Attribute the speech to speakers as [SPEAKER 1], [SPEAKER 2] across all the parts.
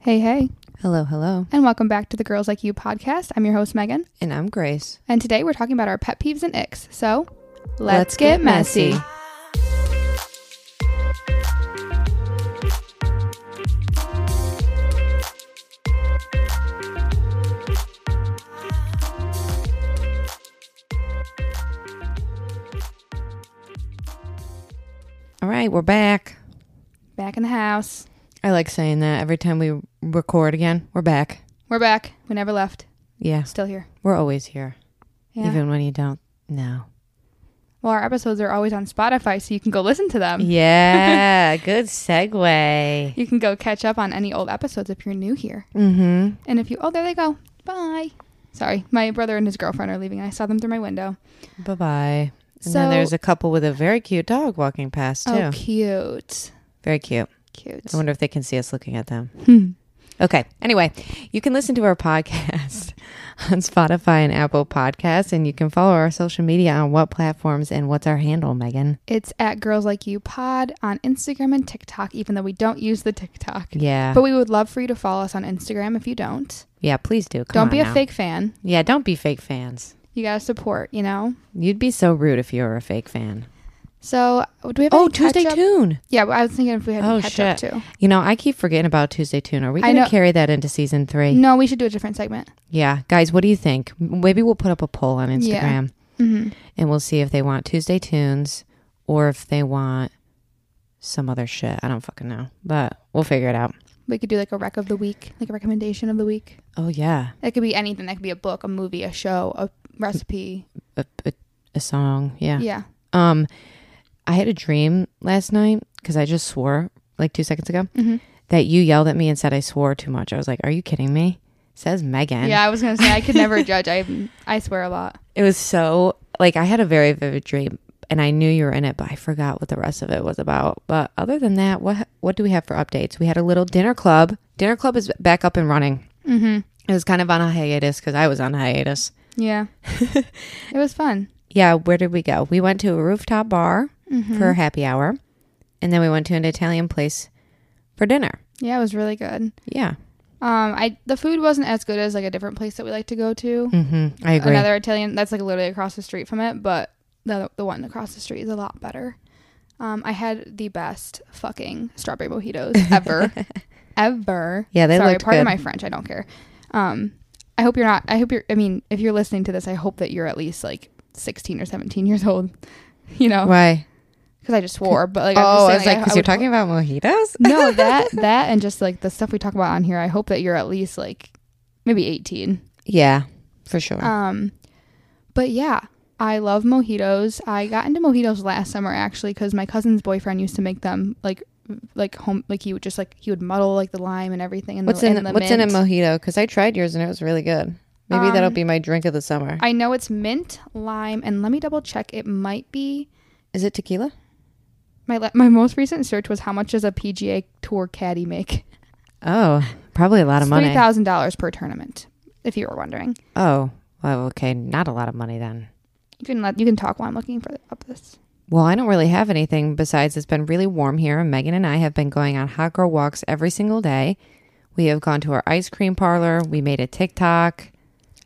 [SPEAKER 1] Hey, hey,
[SPEAKER 2] Hello, hello.
[SPEAKER 1] and welcome back to the Girls Like You podcast. I'm your host, Megan,
[SPEAKER 2] And I'm Grace.
[SPEAKER 1] and today we're talking about our pet peeves and icks. So let's, get, messy.
[SPEAKER 2] All right, we're back.
[SPEAKER 1] Back in the house.
[SPEAKER 2] I like saying that every time we record again. We're back.
[SPEAKER 1] We're back. We never left.
[SPEAKER 2] Yeah,
[SPEAKER 1] Still here.
[SPEAKER 2] we're always here,
[SPEAKER 1] Yeah.
[SPEAKER 2] even when you don't know.
[SPEAKER 1] well, our episodes are always on Spotify, so you can go listen to them.
[SPEAKER 2] Yeah, good segue.
[SPEAKER 1] You can go catch up on any old episodes if you're new here.
[SPEAKER 2] Mm-hmm.
[SPEAKER 1] And if you, oh, there they go. Bye. Sorry, my brother and his girlfriend are leaving. I saw them through my window.
[SPEAKER 2] Bye bye.
[SPEAKER 1] So-
[SPEAKER 2] And then there's a couple with a very cute dog walking past too.
[SPEAKER 1] Oh, cute.
[SPEAKER 2] Very cute.
[SPEAKER 1] Cute.
[SPEAKER 2] I wonder if they can see us looking at them.
[SPEAKER 1] Hmm.
[SPEAKER 2] Okay. Anyway, you can listen to our podcast on Spotify and Apple Podcasts, and you can follow our social media on what platforms and what's our handle, Megan?
[SPEAKER 1] It's at Girls Like You Pod on Instagram and TikTok, even though we don't use the TikTok.
[SPEAKER 2] Yeah.
[SPEAKER 1] But we would love for you to follow us on Instagram if you don't.
[SPEAKER 2] yeah, please do. Come
[SPEAKER 1] don't
[SPEAKER 2] on
[SPEAKER 1] be a
[SPEAKER 2] now.
[SPEAKER 1] fake fan.
[SPEAKER 2] Yeah, don't be fake fans.
[SPEAKER 1] You got to support, you know?
[SPEAKER 2] You'd be so rude if you were a fake fan.
[SPEAKER 1] So, do we have
[SPEAKER 2] Oh,
[SPEAKER 1] any
[SPEAKER 2] Tuesday
[SPEAKER 1] catch up?
[SPEAKER 2] Tune.
[SPEAKER 1] Yeah, well, I was thinking if we had any
[SPEAKER 2] Oh,
[SPEAKER 1] catch up
[SPEAKER 2] shit.
[SPEAKER 1] too.
[SPEAKER 2] You know, I keep forgetting about Tuesday Tune. Are we
[SPEAKER 1] I
[SPEAKER 2] going
[SPEAKER 1] know.
[SPEAKER 2] to carry that into season three?
[SPEAKER 1] No, we should do a different segment.
[SPEAKER 2] Yeah. Guys, what do you think? M- Maybe we'll put up a poll on Instagram
[SPEAKER 1] Yeah. hmm
[SPEAKER 2] and we'll see if they want Tuesday Tunes or if they want some other shit. I don't fucking know, but we'll figure it out.
[SPEAKER 1] We could do like a rec of the week, like a recommendation of the week.
[SPEAKER 2] Oh yeah,
[SPEAKER 1] It could be anything. That could be a book, a movie, a show, a recipe.
[SPEAKER 2] a, a, a song. Yeah.
[SPEAKER 1] Yeah.
[SPEAKER 2] Um, I had a dream last night because I just swore like two seconds ago
[SPEAKER 1] Mhm.
[SPEAKER 2] that you yelled at me and said I swore too much. I was like, "Are you kidding me?" Says Megan.
[SPEAKER 1] Yeah, I was going to say, I could never judge. I, I swear a lot.
[SPEAKER 2] It was so like I had a very vivid dream, and I knew you were in it, but I forgot what the rest of it was about. But other than that, what what do we have for updates? We had a little dinner club. Dinner club is back up and running.
[SPEAKER 1] hmm
[SPEAKER 2] It was kind of on a hiatus because I was on hiatus.
[SPEAKER 1] Yeah. it was fun.
[SPEAKER 2] Yeah, where did we go? We went to a rooftop bar
[SPEAKER 1] Mhm.
[SPEAKER 2] for happy hour, and then we went to an Italian place for dinner.
[SPEAKER 1] Yeah, it was really good.
[SPEAKER 2] Yeah,
[SPEAKER 1] Um, I the food wasn't as good as like a different place that we like to go to.
[SPEAKER 2] hmm I agree.
[SPEAKER 1] Another Italian that's like literally across the street from it, but the the one across the street is a lot better. Um, I had the best fucking strawberry mojitos ever, ever.
[SPEAKER 2] Yeah, they
[SPEAKER 1] Sorry,
[SPEAKER 2] looked
[SPEAKER 1] part of
[SPEAKER 2] good.
[SPEAKER 1] my French. I don't care. Um, I hope you're not. I hope you're. I mean, if you're listening to this, I hope that you're at least like 16 or 17 years old. You know,
[SPEAKER 2] Why?
[SPEAKER 1] because I just swore. But like, I'm just
[SPEAKER 2] oh,
[SPEAKER 1] saying,
[SPEAKER 2] I was like, because you're
[SPEAKER 1] would
[SPEAKER 2] talking about mojitos.
[SPEAKER 1] no that that and just like the stuff we talk about on here i hope that you're at least like maybe 18
[SPEAKER 2] Yeah, for sure.
[SPEAKER 1] um but yeah i love mojitos i got into mojitos last summer actually because my cousin's boyfriend used to make them like like home like he would just like he would muddle like the lime and everything and
[SPEAKER 2] what's
[SPEAKER 1] the,
[SPEAKER 2] in
[SPEAKER 1] and the
[SPEAKER 2] What's in
[SPEAKER 1] mint.
[SPEAKER 2] a mojito? Because I tried yours and it was really good. Maybe that'll
[SPEAKER 1] Um,
[SPEAKER 2] be my drink of the summer.
[SPEAKER 1] i know it's mint lime and let me double check it might be
[SPEAKER 2] Is it tequila?
[SPEAKER 1] my le- my most recent search was how much does a pga tour caddy make
[SPEAKER 2] Oh, probably a lot of money.
[SPEAKER 1] $3000 per tournament if you were wondering
[SPEAKER 2] Oh, well, okay, not a lot of money then.
[SPEAKER 1] you can let you can talk while i'm looking for up this
[SPEAKER 2] Well, I don't really have anything besides it's been really warm here, and Megan and I have been going on hot girl walks every single day. We have gone to our ice cream parlor. We made a TikTok.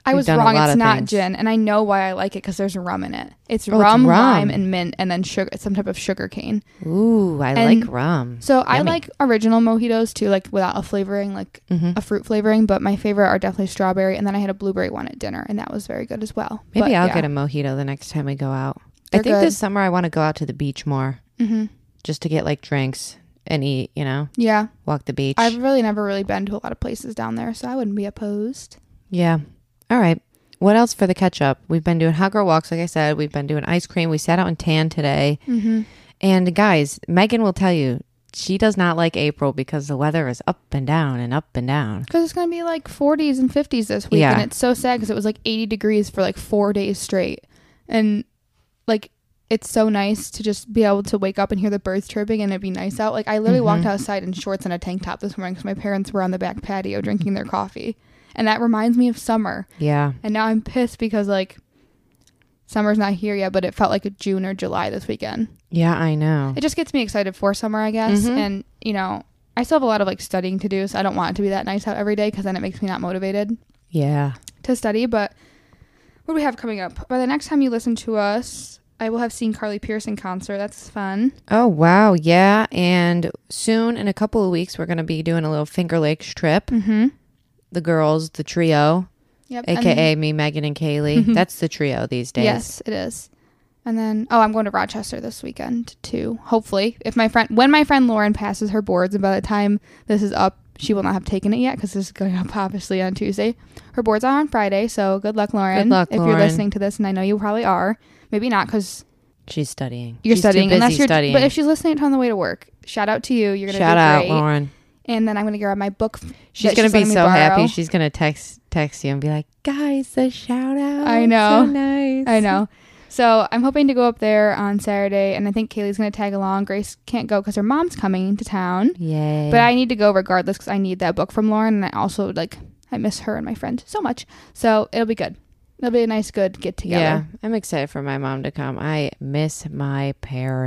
[SPEAKER 1] I
[SPEAKER 2] We've
[SPEAKER 1] was
[SPEAKER 2] done a
[SPEAKER 1] wrong.
[SPEAKER 2] lot
[SPEAKER 1] It's
[SPEAKER 2] of
[SPEAKER 1] not
[SPEAKER 2] things.
[SPEAKER 1] gin, and I know why I like it because there's rum in it. It's
[SPEAKER 2] Oh, it's
[SPEAKER 1] rum, lime,
[SPEAKER 2] rum.
[SPEAKER 1] and mint, and then sugar, some type of sugar cane.
[SPEAKER 2] Ooh, I
[SPEAKER 1] And-
[SPEAKER 2] like rum.
[SPEAKER 1] So I
[SPEAKER 2] Yummy.
[SPEAKER 1] like original mojitos too, like without a flavoring, like
[SPEAKER 2] hmm
[SPEAKER 1] a fruit flavoring. But my favorite are definitely strawberry, and then I had a blueberry one at dinner, and that was very good as well.
[SPEAKER 2] Maybe
[SPEAKER 1] But,
[SPEAKER 2] I'll
[SPEAKER 1] yeah.
[SPEAKER 2] get a mojito the next time we go out.
[SPEAKER 1] They're
[SPEAKER 2] I think
[SPEAKER 1] good.
[SPEAKER 2] this summer I want to go out to the beach more
[SPEAKER 1] Mhm.
[SPEAKER 2] just to get like drinks and eat, you know,
[SPEAKER 1] Yeah,
[SPEAKER 2] walk the beach.
[SPEAKER 1] I've really never really been to a lot of places down there, so I wouldn't be opposed.
[SPEAKER 2] Yeah. All right. What else for the catch up? We've been doing hot girl walks, like I said. We've been doing ice cream. We sat out in tan today.
[SPEAKER 1] Mm-hmm.
[SPEAKER 2] And guys, Megan will tell you she does not like April because the weather is up and down and up and down.
[SPEAKER 1] Because it's gonna be like 40s and 50s this week,
[SPEAKER 2] Yeah.
[SPEAKER 1] and it's so sad because it was like 80 degrees for like four days straight, and like it's so nice to just be able to wake up and hear the birds chirping and it'd be nice out. Like I literally walked
[SPEAKER 2] Mhm.
[SPEAKER 1] outside in shorts and a tank top this morning because my parents were on the back patio drinking their coffee, and that reminds me of summer.
[SPEAKER 2] Yeah.
[SPEAKER 1] And now I'm pissed because like summer's not here yet, but it felt like June or July this weekend.
[SPEAKER 2] Yeah, I know.
[SPEAKER 1] It just gets me excited for summer, I guess,
[SPEAKER 2] Mhm.
[SPEAKER 1] and you know I still have a lot of like studying to do, so I don't want it to be that nice out every day because then it makes me not motivated
[SPEAKER 2] Yeah.
[SPEAKER 1] to study. But what do we have coming up? By the next time you listen to us, I will have seen Carly Pierce in concert. That's fun.
[SPEAKER 2] Oh wow, yeah. And soon in a couple of weeks we're gonna be doing a little Finger Lakes trip.
[SPEAKER 1] Mm-hmm.
[SPEAKER 2] The girls, the trio,
[SPEAKER 1] Yep. and Mm-hmm.
[SPEAKER 2] aka me, Megan and Kaylee. That's the trio these days.
[SPEAKER 1] Yes, it is. And then, oh, I'm going to Rochester this weekend too. Hopefully, if my friend, when my friend Lauren passes her boards, and by the time this is up, she will not have taken it yet because this is going up obviously on Tuesday. Her boards are on Friday, so good luck, Lauren.
[SPEAKER 2] luck,
[SPEAKER 1] if
[SPEAKER 2] Lauren.
[SPEAKER 1] you're listening to this, and I know you probably are. Maybe not because
[SPEAKER 2] She's studying.
[SPEAKER 1] you're
[SPEAKER 2] She's too
[SPEAKER 1] studying.
[SPEAKER 2] busy
[SPEAKER 1] unless you're,
[SPEAKER 2] studying.
[SPEAKER 1] but if she's listening on the way to work, shout out to you. You're gonna
[SPEAKER 2] Shout
[SPEAKER 1] do
[SPEAKER 2] out,
[SPEAKER 1] great.
[SPEAKER 2] Lauren.
[SPEAKER 1] And then I'm gonna grab my book. f-
[SPEAKER 2] She's
[SPEAKER 1] that
[SPEAKER 2] gonna be
[SPEAKER 1] letting me
[SPEAKER 2] so happy.
[SPEAKER 1] borrow.
[SPEAKER 2] She's gonna text text you and be like, "Guys, the shout out.
[SPEAKER 1] I know.
[SPEAKER 2] So nice.
[SPEAKER 1] I know. So I'm hoping to go up there on Saturday, and I think Kaylee's going to tag along. Grace can't go because her mom's coming to town,
[SPEAKER 2] Yay.
[SPEAKER 1] but I need to go regardless because I need that book from Lauren, and I also like I miss her and my friend so much. So it'll be good. It'll be a nice, good get
[SPEAKER 2] yeah,
[SPEAKER 1] together.
[SPEAKER 2] I'm excited for my mom to come. I miss my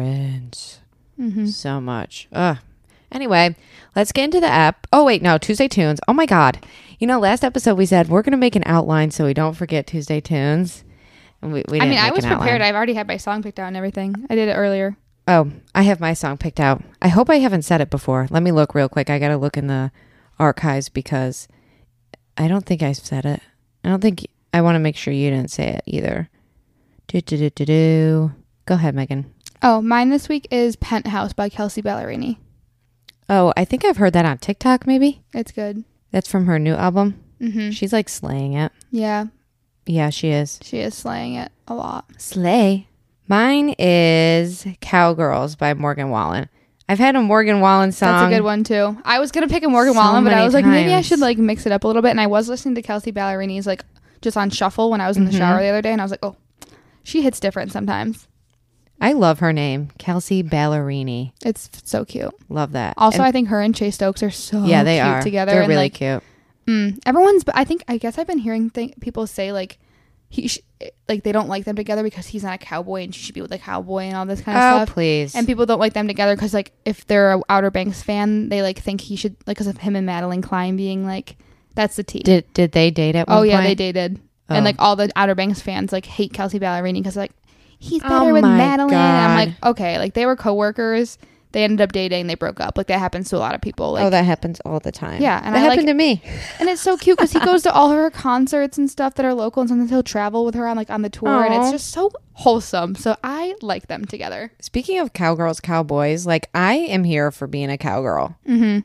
[SPEAKER 2] parents.
[SPEAKER 1] hmm
[SPEAKER 2] so much. Ugh. Anyway, let's get into the app. Oh wait, no, Tuesday tunes. Oh my god. You know, last episode we said we're gonna make an outline so we don't forget Tuesday tunes. And we, we
[SPEAKER 1] I
[SPEAKER 2] didn't
[SPEAKER 1] mean, I
[SPEAKER 2] make
[SPEAKER 1] was
[SPEAKER 2] an outline.
[SPEAKER 1] prepared. I've already had my song picked out and everything. I did it earlier.
[SPEAKER 2] Oh, I have my song picked out. I hope I haven't said it before. Let me look real quick. I gotta look in the archives because I don't think I said it. I don't think I want to make sure you didn't say it either. Do do do do do. Go ahead, Megan.
[SPEAKER 1] Oh, mine this week is Penthouse by Kelsey Ballerini.
[SPEAKER 2] Oh, I think I've heard that on TikTok. Maybe
[SPEAKER 1] It's good.
[SPEAKER 2] that's from her new album.
[SPEAKER 1] hmm
[SPEAKER 2] She's like slaying it.
[SPEAKER 1] Yeah,
[SPEAKER 2] Yeah, she is.
[SPEAKER 1] she is slaying it a lot.
[SPEAKER 2] Slay. Mine is Cowgirls by Morgan Wallen. I've had a Morgan Wallen song.
[SPEAKER 1] That's a good one too. I was gonna pick a Morgan
[SPEAKER 2] So
[SPEAKER 1] Wallen, but I
[SPEAKER 2] many
[SPEAKER 1] was like, maybe I
[SPEAKER 2] times.
[SPEAKER 1] should like mix it up a little bit. And I was listening to Kelsey Ballerini's like just on shuffle when I was in the
[SPEAKER 2] Mm-hmm.
[SPEAKER 1] shower the other day, and I was like, oh, she hits different sometimes.
[SPEAKER 2] I love her name, Kelsey Ballerini.
[SPEAKER 1] It's f- so cute.
[SPEAKER 2] Love that.
[SPEAKER 1] Also,
[SPEAKER 2] And-
[SPEAKER 1] I think her and Chase Stokes are so
[SPEAKER 2] yeah, they
[SPEAKER 1] cute
[SPEAKER 2] are
[SPEAKER 1] together.
[SPEAKER 2] They're
[SPEAKER 1] and,
[SPEAKER 2] really
[SPEAKER 1] like,
[SPEAKER 2] cute.
[SPEAKER 1] Mm, everyone's. But I think I guess I've been hearing th- people say like he sh- like they don't like them together because he's not a cowboy and she should be with a cowboy and all this kind of
[SPEAKER 2] Oh
[SPEAKER 1] stuff.
[SPEAKER 2] please.
[SPEAKER 1] And people don't like them together because, like, if they're a Outer Banks fan, they like think he should like because of him and Madeline Klein being like, that's the T.
[SPEAKER 2] did did they date at one
[SPEAKER 1] oh yeah,
[SPEAKER 2] point?
[SPEAKER 1] they dated,
[SPEAKER 2] Oh.
[SPEAKER 1] and like all the Outer Banks fans like hate Kelsey Ballerini because like he's
[SPEAKER 2] Oh
[SPEAKER 1] better with
[SPEAKER 2] my
[SPEAKER 1] Madeline. And I'm
[SPEAKER 2] God.
[SPEAKER 1] like, okay, like they were coworkers. They ended up dating. They broke up. Like that happens to a lot of people. Like,
[SPEAKER 2] oh, that happens all the time.
[SPEAKER 1] Yeah, and
[SPEAKER 2] that
[SPEAKER 1] I like-
[SPEAKER 2] happened to me.
[SPEAKER 1] and it's so cute because he goes to all her concerts and stuff that are local, and sometimes he'll travel with her on like on the tour, and
[SPEAKER 2] Aw.
[SPEAKER 1] it's just so wholesome. So I like them together.
[SPEAKER 2] Speaking of cowgirls, cowboys, like I am here for being a cowgirl.
[SPEAKER 1] Mm-hmm.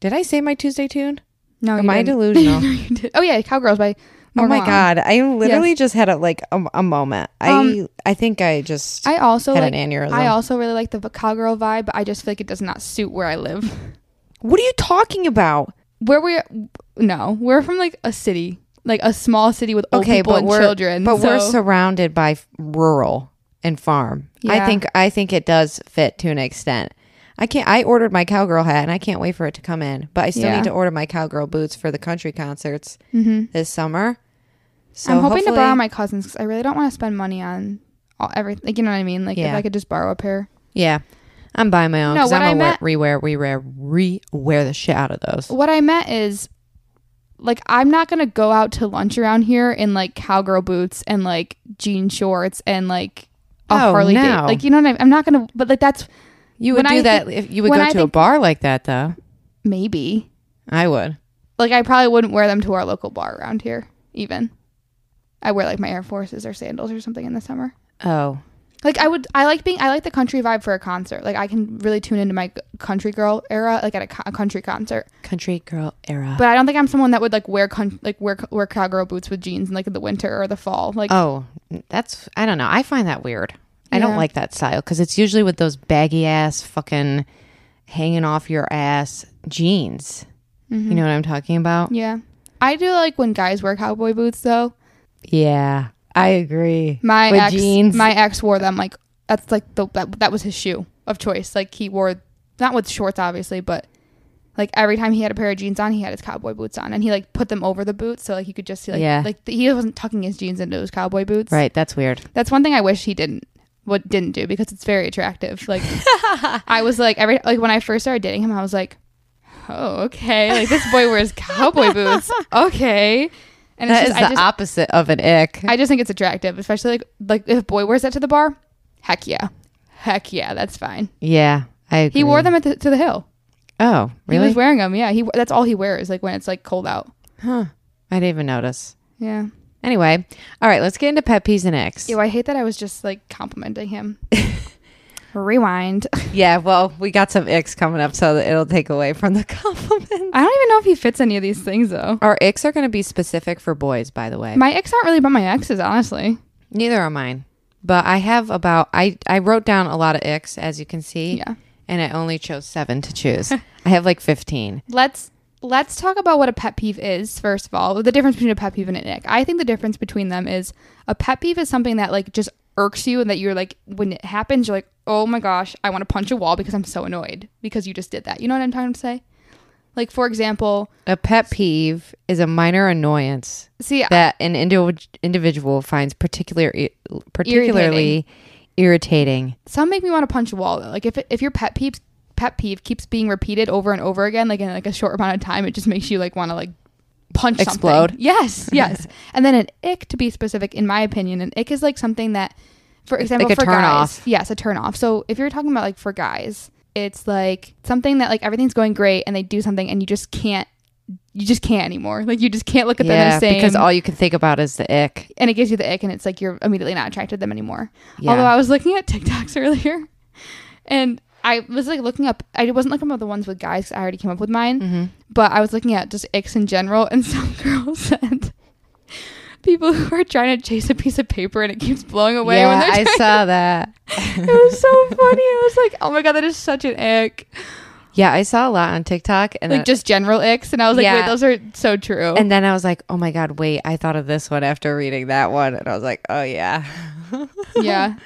[SPEAKER 2] Did I say my Tuesday tune?
[SPEAKER 1] No,
[SPEAKER 2] Am I
[SPEAKER 1] didn't.
[SPEAKER 2] delusional?
[SPEAKER 1] No, you did. Oh yeah, Cowgirls by.
[SPEAKER 2] Oh
[SPEAKER 1] Morgan
[SPEAKER 2] my
[SPEAKER 1] Wallen.
[SPEAKER 2] god! I literally just had a like a, a moment.
[SPEAKER 1] Um,
[SPEAKER 2] I I think I just
[SPEAKER 1] I also
[SPEAKER 2] had
[SPEAKER 1] like.
[SPEAKER 2] an aneurysm.
[SPEAKER 1] I also really like the v- cowgirl vibe, but I just feel like it does not suit where I live.
[SPEAKER 2] what are you talking about?
[SPEAKER 1] Where we no, we're from like a city, like a small city with old people and
[SPEAKER 2] we're
[SPEAKER 1] children.
[SPEAKER 2] but we're
[SPEAKER 1] so-
[SPEAKER 2] surrounded by f- rural and farm. I
[SPEAKER 1] Yeah.
[SPEAKER 2] think I think it does fit to an extent. I can't. I ordered my cowgirl hat, and I can't wait for it to come in. But I still
[SPEAKER 1] Yeah. Mm-hmm.
[SPEAKER 2] need to order my cowgirl boots for the country concerts this summer. So
[SPEAKER 1] I'm hoping to
[SPEAKER 2] hopefully-
[SPEAKER 1] borrow my cousins because I really don't want to spend money on all, everything. Like, you know what I mean? Like if
[SPEAKER 2] Yeah.
[SPEAKER 1] I could just borrow a pair.
[SPEAKER 2] Yeah, I'm buying my own.
[SPEAKER 1] No,
[SPEAKER 2] 'cause
[SPEAKER 1] what I
[SPEAKER 2] I'm gonna
[SPEAKER 1] meant-
[SPEAKER 2] wear, rewear, rewear, rewear the shit out of those.
[SPEAKER 1] What I meant is, like, I'm not gonna go out to lunch around here in like cowgirl boots and like jean shorts and like a
[SPEAKER 2] Oh,
[SPEAKER 1] Harley. Dav-
[SPEAKER 2] no.
[SPEAKER 1] like you know what I mean? I'm not gonna. But like that's
[SPEAKER 2] You would
[SPEAKER 1] When
[SPEAKER 2] do
[SPEAKER 1] I
[SPEAKER 2] that if you would go
[SPEAKER 1] when
[SPEAKER 2] to
[SPEAKER 1] I
[SPEAKER 2] a
[SPEAKER 1] think-
[SPEAKER 2] bar like that, though.
[SPEAKER 1] maybe
[SPEAKER 2] I would.
[SPEAKER 1] like I probably wouldn't wear them to our local bar around here even. I wear like my Air Forces or sandals or something in the summer.
[SPEAKER 2] Oh,
[SPEAKER 1] Like I would I like being I like the country vibe for a concert. Like I can really tune into my country girl era like at a, co- a country concert.
[SPEAKER 2] country girl era.
[SPEAKER 1] But I don't think I'm someone that would like wear con- like wear wear cowgirl boots with jeans in like the winter or the fall. Like
[SPEAKER 2] oh, that's I don't know. I find that weird. I don't
[SPEAKER 1] Yeah.
[SPEAKER 2] like that style because it's usually with those baggy ass fucking hanging off your ass jeans.
[SPEAKER 1] Mm-hmm.
[SPEAKER 2] You know what I'm talking about?
[SPEAKER 1] yeah. I do like when guys wear cowboy boots though.
[SPEAKER 2] Yeah, I agree.
[SPEAKER 1] My
[SPEAKER 2] with
[SPEAKER 1] ex
[SPEAKER 2] jeans.
[SPEAKER 1] my ex wore them like that's like the that, that was his shoe of choice. Like he wore not with shorts obviously, but like every time he had a pair of jeans on, he had his cowboy boots on and he like put them over the boots so like you could just see like
[SPEAKER 2] Yeah.
[SPEAKER 1] like he wasn't tucking his jeans into his cowboy boots.
[SPEAKER 2] right, that's weird.
[SPEAKER 1] That's one thing I wish he didn't what didn't do because it's very attractive. Like I was like every like when I first started dating him, I was like, oh, okay. Like this boy wears cowboy boots. Okay. And
[SPEAKER 2] That
[SPEAKER 1] it's
[SPEAKER 2] is
[SPEAKER 1] just, I
[SPEAKER 2] the
[SPEAKER 1] just,
[SPEAKER 2] opposite of an ick.
[SPEAKER 1] I just think it's attractive, especially like like if a boy wears that to the bar. Heck yeah, heck yeah, that's fine.
[SPEAKER 2] yeah, I.
[SPEAKER 1] He
[SPEAKER 2] Agree.
[SPEAKER 1] wore them at the, to the hill.
[SPEAKER 2] Oh,
[SPEAKER 1] He
[SPEAKER 2] really?
[SPEAKER 1] was wearing them. Yeah, he that's all he wears. Like when it's like cold out.
[SPEAKER 2] huh. I didn't even notice.
[SPEAKER 1] Yeah.
[SPEAKER 2] Anyway, all right. Let's get into pet peeves and icks.
[SPEAKER 1] Ew, I hate that I was just like complimenting him. Rewind.
[SPEAKER 2] Yeah. Well, we got some icks coming up, so that it'll take away from the compliment.
[SPEAKER 1] I don't even know if he fits any of these things though.
[SPEAKER 2] Our icks are going to be specific for boys, by the way.
[SPEAKER 1] My ex aren't really about my exes, honestly.
[SPEAKER 2] Neither are mine. But I have about I I wrote down a lot of icks as you can see.
[SPEAKER 1] Yeah.
[SPEAKER 2] And I only chose 7 to choose. I have like 15.
[SPEAKER 1] Let's let's talk about what a pet peeve is first of all. The difference between a pet peeve and an ick. I think the difference between them is a pet peeve is something that like just irks you and that you're like when it happens you're like oh my gosh I want to punch a wall because I'm so annoyed because you just did that. You know what I'm trying to say? Like for example,
[SPEAKER 2] A pet peeve is a minor annoyance
[SPEAKER 1] see
[SPEAKER 2] that an indiv- individual finds particular e-, particularly irritating.
[SPEAKER 1] some make me want to punch a wall though. Like if if your pet peeves pet peeve keeps being repeated over and over again, like in like a short amount of time, it just makes you like want to like punch something.
[SPEAKER 2] Explode.
[SPEAKER 1] Yes, yes. and then an ick, to be specific, in my opinion, an ick is like something that, for example,
[SPEAKER 2] like a
[SPEAKER 1] for
[SPEAKER 2] turn
[SPEAKER 1] guys,
[SPEAKER 2] off.
[SPEAKER 1] yes, a turn off. So if you're talking about like for guys, it's like something that like everything's going great and they do something and you just can't, you just can't anymore. Like you just can't look at them the
[SPEAKER 2] yeah,
[SPEAKER 1] same
[SPEAKER 2] because all you can think about is the ick.
[SPEAKER 1] and it gives you the ick and it's like you're immediately not attracted to them anymore.
[SPEAKER 2] Yeah.
[SPEAKER 1] Although I was looking at TikToks earlier and I was like looking up I wasn't looking up the ones with guys 'cause I already came up with mine,
[SPEAKER 2] Mm-hmm.
[SPEAKER 1] but I was looking at just icks in general and some girl said people who are trying to chase a piece of paper and it keeps blowing away when
[SPEAKER 2] yeah,
[SPEAKER 1] they're
[SPEAKER 2] I
[SPEAKER 1] trying-
[SPEAKER 2] saw that.
[SPEAKER 1] it was so funny. I was like, "Oh my god, that is such an ick."
[SPEAKER 2] Yeah, I saw a lot on TikTok and
[SPEAKER 1] Like
[SPEAKER 2] then-
[SPEAKER 1] just general icks and I was like,
[SPEAKER 2] Yeah.
[SPEAKER 1] "Wait, those are so true."
[SPEAKER 2] and then I was like, "Oh my god, wait, I thought of this one after reading that one." And I was like, "Oh yeah."
[SPEAKER 1] yeah.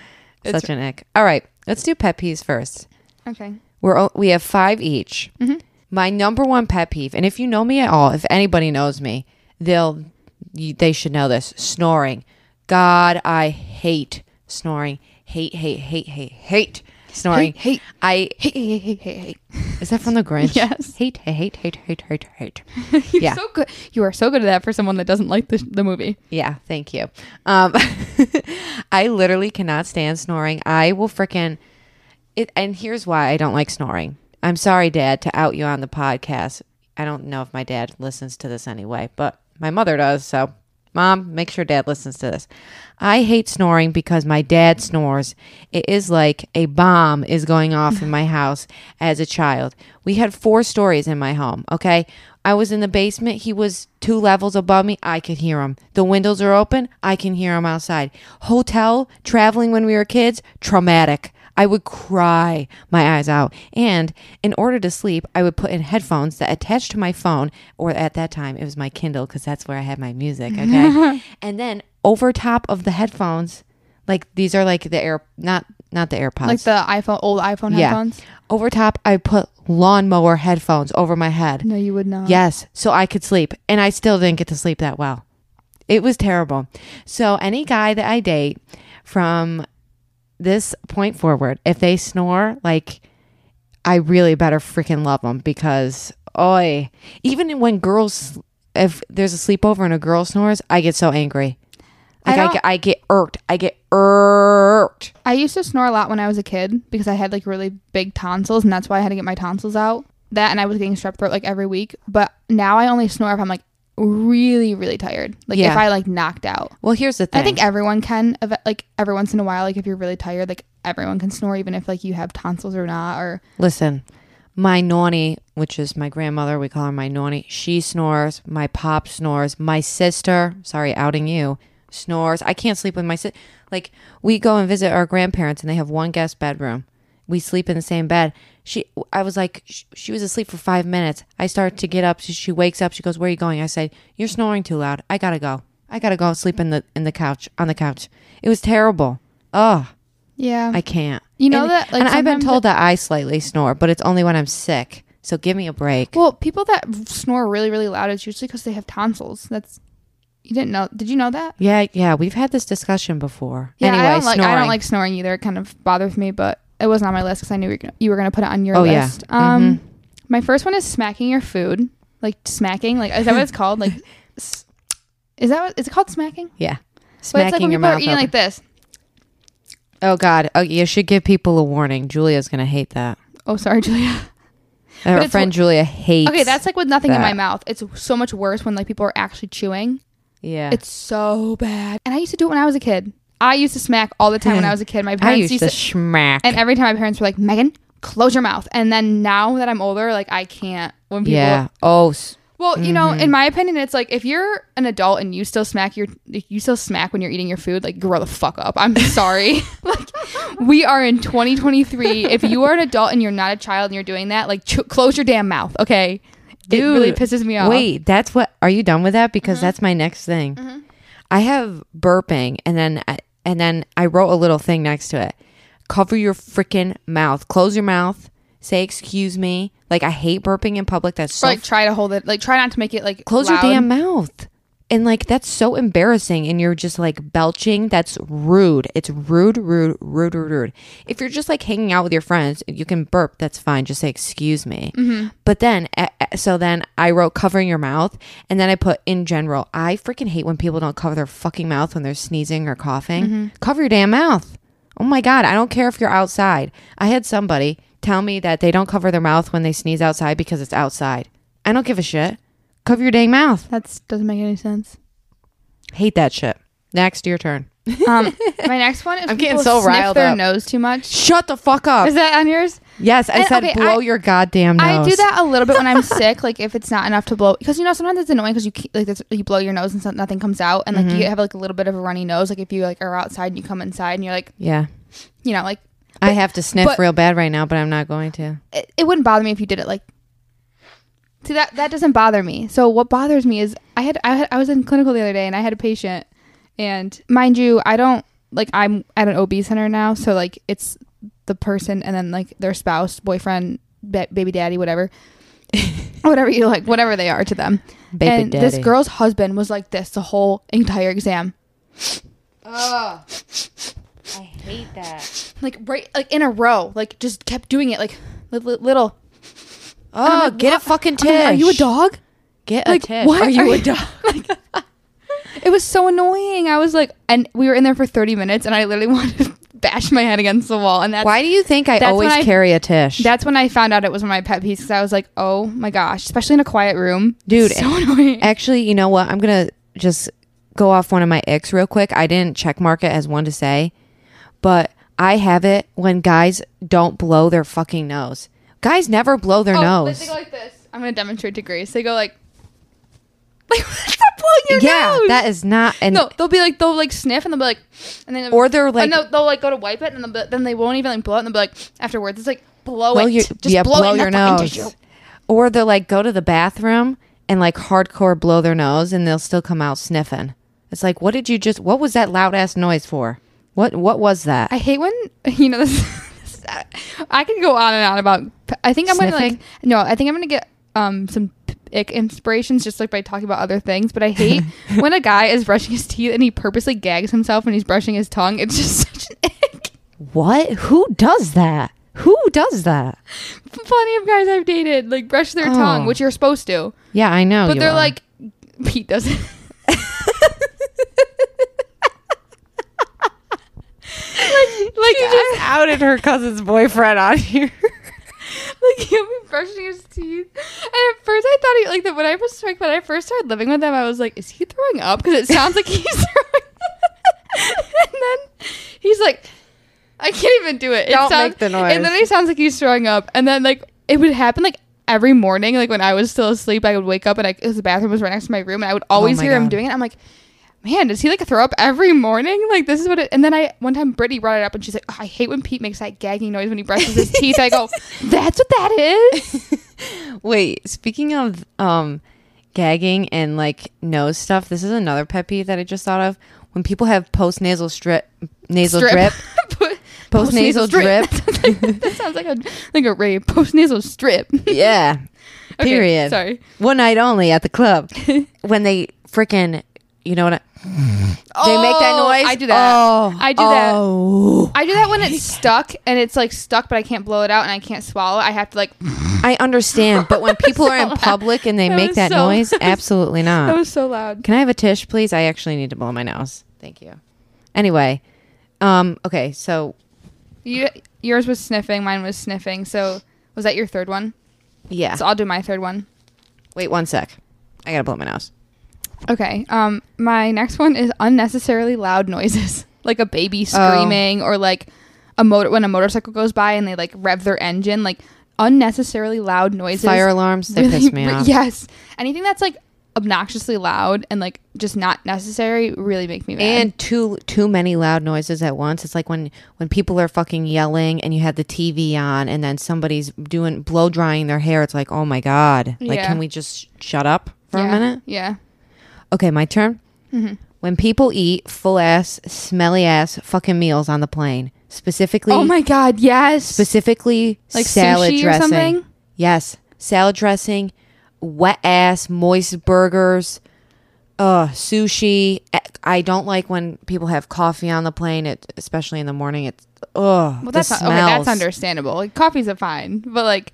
[SPEAKER 1] It's-
[SPEAKER 2] Such an ick. All right, let's do pet peeves first.
[SPEAKER 1] Okay. Mm-hmm.
[SPEAKER 2] We're o- we have five each. My number one pet peeve, and if you know me at all, if anybody knows me, they'll you, they should know this: snoring. God, I hate snoring. Hate, hate, hate, hate, hate snoring.
[SPEAKER 1] Hate, hate.
[SPEAKER 2] I
[SPEAKER 1] Hey, hey, hey, hey, hey.
[SPEAKER 2] is that from the Grinch?
[SPEAKER 1] Yes.
[SPEAKER 2] Hate, hate, hate, hate, hate, hate.
[SPEAKER 1] You're
[SPEAKER 2] Yeah.
[SPEAKER 1] so good. You are so good at that for someone that doesn't like the, the movie.
[SPEAKER 2] Yeah, thank you. Um, I literally cannot stand snoring. I will freaking it. And here's why I don't like snoring. I'm sorry, Dad, to out you on the podcast. I don't know if my dad listens to this anyway, but my mother does. So, Mom, make sure Dad listens to this. I hate snoring because my dad snores. It is like a bomb is going off in my house as a child. We had four stories in my home, okay? I was in the basement. He was two levels above me. I could hear him. The windows are open. I can hear him outside. Hotel, traveling when we were kids, traumatic. I would cry my eyes out. And in order to sleep, I would put in headphones that attached to my phone, or at that time, it was my Kindle because that's where I had my music. Okay. and then over top of the headphones, like these are like the air, not, not the AirPods.
[SPEAKER 1] Like the iPhone, old iPhone
[SPEAKER 2] yeah.
[SPEAKER 1] headphones.
[SPEAKER 2] Over top, I put lawnmower headphones over my head.
[SPEAKER 1] No, you would not.
[SPEAKER 2] Yes, so I could sleep, and I still didn't get to sleep that well. It was terrible. So any guy that I date from this point forward, if they snore, like I really better freaking love them because oi, even when girls if there's a sleepover and a girl snores, I get so angry.
[SPEAKER 1] I
[SPEAKER 2] Like I,
[SPEAKER 1] don't-
[SPEAKER 2] get, I get irked. I get irked.
[SPEAKER 1] I used to snore a lot when I was a kid because I had like really big tonsils, and that's why I had to get my tonsils out. That and I was getting strep throat like every week. But now I only snore if I'm like really, really tired. Like
[SPEAKER 2] Yeah.
[SPEAKER 1] if I like knocked out.
[SPEAKER 2] Well, here's the thing.
[SPEAKER 1] I think everyone can, ev- like every once in a while, like if you're really tired, like everyone can snore, even if like you have tonsils or not. Or
[SPEAKER 2] Listen, my nonny, which is my grandmother, we call her my nonny, she snores. My pop snores. My sister, sorry, outing you, snores. I can't sleep with my sister. Like, we go and visit our grandparents and they have one guest bedroom. We sleep in the same bed. She, I was like, sh- she was asleep for five minutes. I start to get up. She, she wakes up. She goes, "Where are you going?" I said, "You're snoring too loud. I gotta go. I gotta go sleep in the in the couch on the couch." It was terrible. Ugh.
[SPEAKER 1] yeah,
[SPEAKER 2] I can't.
[SPEAKER 1] You know
[SPEAKER 2] And-
[SPEAKER 1] that, like,
[SPEAKER 2] and I've been
[SPEAKER 1] sometimes
[SPEAKER 2] told that I slightly snore, but it's only when I'm sick. So give me a break.
[SPEAKER 1] Well, people that snore really, really loud it's usually because they have tonsils. That's you didn't know. Did you know that?
[SPEAKER 2] yeah, yeah, we've had this discussion before.
[SPEAKER 1] Yeah,
[SPEAKER 2] anyway,
[SPEAKER 1] I don't like
[SPEAKER 2] snoring.
[SPEAKER 1] I don't like snoring either. It kind of bothers me, but it wasn't on my list because I knew you were gonna- you were going to put it on your
[SPEAKER 2] Oh, yeah.
[SPEAKER 1] list. Um, My first one is smacking your food, like smacking. Like is that what it's called? Like, s- is that what is it called? Smacking.
[SPEAKER 2] Yeah.
[SPEAKER 1] But it's like
[SPEAKER 2] Smacking
[SPEAKER 1] when
[SPEAKER 2] your
[SPEAKER 1] people are
[SPEAKER 2] mouth.
[SPEAKER 1] eating
[SPEAKER 2] open.
[SPEAKER 1] like this.
[SPEAKER 2] oh God. Oh, you should give people a warning. Julia's gonna hate that.
[SPEAKER 1] Oh, sorry, Julia.
[SPEAKER 2] Our
[SPEAKER 1] it's
[SPEAKER 2] friend Julia hates.
[SPEAKER 1] Okay, that's like with nothing in my
[SPEAKER 2] that.
[SPEAKER 1] mouth. It's so much worse when like people are actually chewing.
[SPEAKER 2] yeah.
[SPEAKER 1] It's so bad. And I used to do it when I was a kid. I used to smack all the time when I was a kid. My
[SPEAKER 2] I
[SPEAKER 1] parents
[SPEAKER 2] used, to, smack.
[SPEAKER 1] And every time my parents were like, Megan, close your mouth. And then now that I'm older, like I can't when people
[SPEAKER 2] yeah. Oh. s-
[SPEAKER 1] Well, you know,
[SPEAKER 2] Mm-hmm.
[SPEAKER 1] in my opinion, it's like if you're an adult and you still smack your you still smack when you're eating your food, like grow the fuck up. I'm sorry. like we are in 2023. If you are an adult and you're not a child and you're doing that, like ch- close your damn mouth, okay? it really
[SPEAKER 2] Dude,
[SPEAKER 1] pisses me off.
[SPEAKER 2] Wait, that's what. Are you done with that? Because
[SPEAKER 1] Mm-hmm.
[SPEAKER 2] that's my next thing. I have burping, and then I, and then I wrote a little thing next to it. Cover your freaking mouth. Close your mouth. Say excuse me. Like I hate burping in public. That's so
[SPEAKER 1] Or, like try to hold it. Like try not to make it like
[SPEAKER 2] close
[SPEAKER 1] loud.
[SPEAKER 2] your damn mouth and like that's so embarrassing and you're just like belching that's rude it's rude rude rude rude rude if you're just like hanging out with your friends you can burp that's fine just say excuse me but then a- a- so then i wrote covering your mouth and then i put in general i freaking hate when people don't cover their fucking mouth when they're sneezing or coughing cover your damn mouth oh my god i don't care if you're outside i had somebody tell me that they don't cover their mouth when they sneeze outside because it's outside i don't give a shit Cover your dang mouth.
[SPEAKER 1] That's doesn't make any sense.
[SPEAKER 2] Hate that shit. Next, your turn.
[SPEAKER 1] Um, my next one is I'm
[SPEAKER 2] getting
[SPEAKER 1] getting
[SPEAKER 2] so
[SPEAKER 1] so sniff
[SPEAKER 2] riled
[SPEAKER 1] their
[SPEAKER 2] up.
[SPEAKER 1] nose too much.
[SPEAKER 2] Shut the fuck up.
[SPEAKER 1] Is that on yours?
[SPEAKER 2] Yes, I
[SPEAKER 1] And,
[SPEAKER 2] said
[SPEAKER 1] okay, I-
[SPEAKER 2] blow your goddamn nose.
[SPEAKER 1] I do that a little bit when I'm sick, like if it's not enough to blow, because you know sometimes it's annoying because you ke- like that's, you blow your nose and so, nothing comes out, and like you have like a little bit of a runny nose, like if you like are outside and you come inside and you're like,
[SPEAKER 2] Yeah.
[SPEAKER 1] you know, like
[SPEAKER 2] I have to sniff
[SPEAKER 1] but-
[SPEAKER 2] real bad right now, but I'm not going to.
[SPEAKER 1] it, it wouldn't bother me if you did it like. See that that doesn't bother me. So what bothers me is I had I, had, I was in clinical the other day and I had a patient, and mind you, I don't like I'm at an OB center now, so like it's the person and then like their spouse, boyfriend, ba- baby daddy, whatever, whatever you like, whatever they are to them.
[SPEAKER 2] Baby
[SPEAKER 1] and
[SPEAKER 2] daddy.
[SPEAKER 1] this girl's husband was like this the whole entire exam,
[SPEAKER 2] Oh, I hate that.
[SPEAKER 1] like right like in a row, like just kept doing it like li- li- little.
[SPEAKER 2] Oh,
[SPEAKER 1] like,
[SPEAKER 2] get a
[SPEAKER 1] what?
[SPEAKER 2] fucking
[SPEAKER 1] I'm
[SPEAKER 2] tish.
[SPEAKER 1] like, Are you a dog?
[SPEAKER 2] Get a
[SPEAKER 1] like
[SPEAKER 2] tish.
[SPEAKER 1] what
[SPEAKER 2] Are you a dog?
[SPEAKER 1] dog? it was so annoying. I was like, and we were in there for thirty minutes, and I literally wanted to bash my head against the wall. And that's
[SPEAKER 2] Why do you think I
[SPEAKER 1] That's
[SPEAKER 2] always
[SPEAKER 1] when I-
[SPEAKER 2] carry a tish?
[SPEAKER 1] that's when I found out it was one of my pet peeves because I was like, oh my gosh, especially in a quiet room,
[SPEAKER 2] Dude,
[SPEAKER 1] so annoying. Oh,
[SPEAKER 2] Actually, you know what? I'm gonna just go off one of my icks real quick. I didn't check mark it as one to say, but I have it when guys don't blow their fucking nose. Guys never blow their
[SPEAKER 1] Oh, but
[SPEAKER 2] nose.
[SPEAKER 1] They go like this. I'm gonna demonstrate to Grace. They go like, like stop blowing your
[SPEAKER 2] yeah,
[SPEAKER 1] nose.
[SPEAKER 2] that is not and
[SPEAKER 1] no, they'll be like they'll like sniff and they'll be like, and then
[SPEAKER 2] Or they're, like-
[SPEAKER 1] and they'll, they'll like go to wipe it and they'll be, then they won't even like blow it and they'll be like afterwards it's like blow
[SPEAKER 2] blow
[SPEAKER 1] it,
[SPEAKER 2] your
[SPEAKER 1] just
[SPEAKER 2] yeah, blow,
[SPEAKER 1] it in
[SPEAKER 2] your
[SPEAKER 1] that fucking
[SPEAKER 2] nose.
[SPEAKER 1] tissue.
[SPEAKER 2] Or they'll like go to the bathroom and like hardcore blow their nose and they'll still come out sniffing. It's like, what did you just what was that loud ass noise for? What what was that?
[SPEAKER 1] I hate when you know this. I can go on and on about. I think I'm gonna like.
[SPEAKER 2] Sniffing?
[SPEAKER 1] No, I think I'm gonna get um some p- ick inspirations just like by talking about other things. But I hate when a guy is brushing his teeth and he purposely gags himself when he's brushing his tongue. It's just such an ick.
[SPEAKER 2] what? Who does that? Who does that?
[SPEAKER 1] Plenty of guys I've dated like brush their
[SPEAKER 2] Oh.
[SPEAKER 1] tongue, which you're supposed to,
[SPEAKER 2] Yeah, I know.
[SPEAKER 1] but
[SPEAKER 2] you
[SPEAKER 1] they're
[SPEAKER 2] are.
[SPEAKER 1] like Pete doesn't. like, like
[SPEAKER 2] You just outed her cousin's boyfriend on here.
[SPEAKER 1] like he'll be brushing his teeth. And at first, I thought he like that. When I was like, when I first started living with him, I was like, is he throwing up? Because it sounds like he's throwing. up. and then he's like, I can't even do it. it
[SPEAKER 2] Don't
[SPEAKER 1] sounds,
[SPEAKER 2] make the noise.
[SPEAKER 1] It literally sounds like he's throwing up. And then like it would happen like every morning, like when I was still asleep, I would wake up and I because the bathroom was right next to my room, and I would always
[SPEAKER 2] Oh my
[SPEAKER 1] hear him
[SPEAKER 2] God.
[SPEAKER 1] doing it. I'm like. Man, does he like throw up every morning? Like this is what it. And then I one time Brittany brought it up, and she's like, oh, "I hate when Pete makes that gagging noise when he brushes his teeth." I go, "That's what that is."
[SPEAKER 2] Wait, speaking of um gagging and like nose stuff, this is another pet peeve that I just thought of. When people have post nasal strip nasal drip.
[SPEAKER 1] Post-
[SPEAKER 2] Post-nasal drip.
[SPEAKER 1] that sounds like a like a rape. Post nasal strip.
[SPEAKER 2] Yeah.
[SPEAKER 1] Okay,
[SPEAKER 2] Period.
[SPEAKER 1] sorry.
[SPEAKER 2] One night only at the club. when they freaking You know what? I, they make that
[SPEAKER 1] Oh,
[SPEAKER 2] noise.
[SPEAKER 1] I do that.
[SPEAKER 2] Oh,
[SPEAKER 1] I do that.
[SPEAKER 2] oh.
[SPEAKER 1] I do that when it's stuck and it's like stuck, but I can't blow it out and I can't swallow. it. I have to like.
[SPEAKER 2] I understand, but when people are in
[SPEAKER 1] loud.
[SPEAKER 2] public and they
[SPEAKER 1] That
[SPEAKER 2] make
[SPEAKER 1] was
[SPEAKER 2] that
[SPEAKER 1] so-
[SPEAKER 2] noise, absolutely not.
[SPEAKER 1] That was so loud.
[SPEAKER 2] Can I have a tish, please? I actually need to blow my nose. Thank you. Anyway, um, okay, so
[SPEAKER 1] You, yours was sniffing. Mine was sniffing. So was that your third one?
[SPEAKER 2] yeah.
[SPEAKER 1] So I'll do my third one.
[SPEAKER 2] Wait one sec. I gotta blow my nose.
[SPEAKER 1] Okay. Um, my next one is unnecessarily loud noises, like a
[SPEAKER 2] Oh.
[SPEAKER 1] baby screaming or like a motor when a motorcycle goes by and they like rev their engine, like unnecessarily loud noises.
[SPEAKER 2] Fire alarms, they
[SPEAKER 1] Really-
[SPEAKER 2] piss me
[SPEAKER 1] re-
[SPEAKER 2] off.
[SPEAKER 1] Yes. Anything that's like obnoxiously loud and like just not necessary really make me mad.
[SPEAKER 2] And too too many loud noises at once. It's like when when people are fucking yelling and you have the TV on and then somebody's doing blow drying their hair. It's like, "Oh my god. Like
[SPEAKER 1] Yeah.
[SPEAKER 2] can we just sh- shut up for
[SPEAKER 1] yeah. Mm-hmm.
[SPEAKER 2] a minute?"
[SPEAKER 1] Yeah.
[SPEAKER 2] Okay, my turn. When people eat full ass, smelly ass fucking meals on the plane, specifically
[SPEAKER 1] Oh my god, yes.
[SPEAKER 2] specifically
[SPEAKER 1] Like
[SPEAKER 2] salad
[SPEAKER 1] sushi or
[SPEAKER 2] dressing.
[SPEAKER 1] something?
[SPEAKER 2] Yes, salad dressing, wet ass, moist burgers, uh, sushi. I- I don't like when people have coffee on the plane, it, especially in the morning. It's ugh.
[SPEAKER 1] Well, that's
[SPEAKER 2] the
[SPEAKER 1] not, okay. That's
[SPEAKER 2] smells.
[SPEAKER 1] understandable. Like coffee's a fine, but like,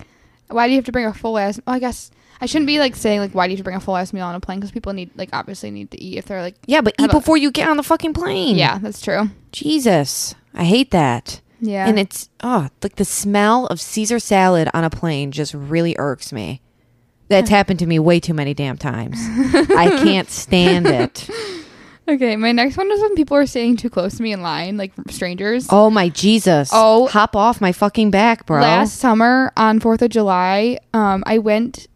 [SPEAKER 1] why do you have to bring a full ass? Well, I guess I shouldn't be like saying like, why do you have to bring a full ass meal on a plane? Because people need like obviously need to eat if they're like,
[SPEAKER 2] Yeah, but
[SPEAKER 1] How
[SPEAKER 2] eat
[SPEAKER 1] about-
[SPEAKER 2] before you get on the fucking plane.
[SPEAKER 1] yeah, that's true.
[SPEAKER 2] Jesus, I hate that.
[SPEAKER 1] Yeah,
[SPEAKER 2] And it's oh, like the smell of Caesar salad on a plane just really irks me. That's happened to me way too many damn times. I can't stand it.
[SPEAKER 1] okay. My next one is when people are staying too close to me in line, like strangers.
[SPEAKER 2] Oh my Jesus.
[SPEAKER 1] Oh.
[SPEAKER 2] hop off my fucking back, bro.
[SPEAKER 1] Last summer on Fourth of July, um, I went,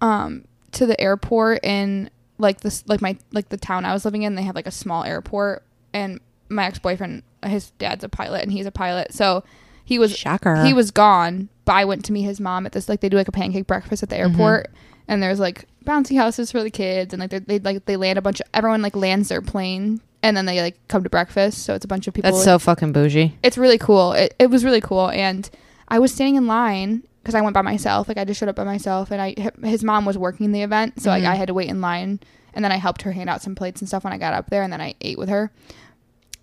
[SPEAKER 1] um, to the airport in like this, like my like the town I was living in. They had like a small airport, and my ex boyfriend, his dad's a pilot, and he's a pilot, so he was
[SPEAKER 2] Shocker.
[SPEAKER 1] he was gone. But I went to meet his mom at this like they do like a pancake breakfast at the
[SPEAKER 2] Mm-hmm.
[SPEAKER 1] airport, and there's like bouncy houses for the kids, and like they they like they land a bunch of everyone like lands their plane, and then they like come to breakfast. So it's a bunch of people.
[SPEAKER 2] That's so fucking bougie.
[SPEAKER 1] it's really cool. It it was really cool, and I was standing in line because I went by myself. Like I just showed up by myself, and I his mom was working the event, so
[SPEAKER 2] Mm-hmm.
[SPEAKER 1] like I had to wait in line, and then I helped her hand out some plates and stuff when I got up there, and then I ate with her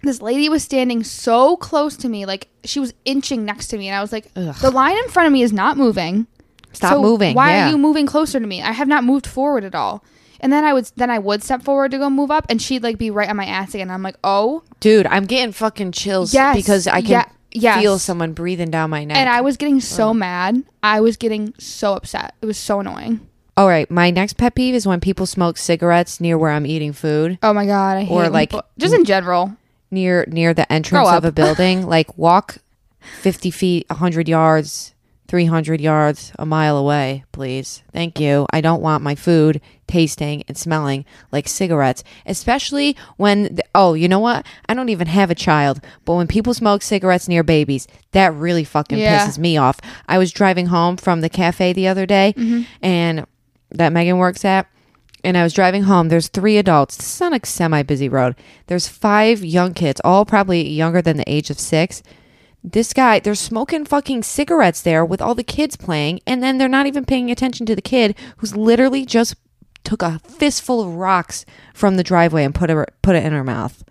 [SPEAKER 1] this lady was standing so close to me, like she was inching next to me, and I was like,
[SPEAKER 2] Ugh.
[SPEAKER 1] the line in front of me is not moving.
[SPEAKER 2] Stop
[SPEAKER 1] So
[SPEAKER 2] moving.
[SPEAKER 1] Why
[SPEAKER 2] yeah.
[SPEAKER 1] are you moving closer to me? I have not moved forward at all. And then I would then I would step forward to go move up, and she'd like be right on my ass again. I'm like, oh,
[SPEAKER 2] Dude, I'm getting fucking chills
[SPEAKER 1] Yes.
[SPEAKER 2] because I can
[SPEAKER 1] Yeah. Yes.
[SPEAKER 2] feel someone breathing down my neck.
[SPEAKER 1] and I was getting so mad. I was getting so upset. It was so annoying.
[SPEAKER 2] All right, my next pet peeve is when people smoke cigares near where I'm eating food.
[SPEAKER 1] Oh my god, I hate
[SPEAKER 2] Or,
[SPEAKER 1] when
[SPEAKER 2] like-
[SPEAKER 1] people- just in general.
[SPEAKER 2] near near the entrance
[SPEAKER 1] Grow
[SPEAKER 2] of
[SPEAKER 1] up.
[SPEAKER 2] a building like walk 50 feet 100 yards 300 yards a mile away please thank you i don't want my food tasting and smelling like cigarettes especially when th- oh you know what i don't even have a child but when people smoke cigarettes near babies that really fucking
[SPEAKER 1] Yeah.
[SPEAKER 2] pisses me off i was driving home from the cafe the other day and that megan works at and I was driving home. There's three adults. This is on a semi busy road. There's five young kids, all probably younger than the age of six. This guy, they're smoking fucking cigarettes there with all the kids playing, and then they're not even paying attention to the kid who's literally just took a fistful of rocks from the driveway and put her put it in her mouth.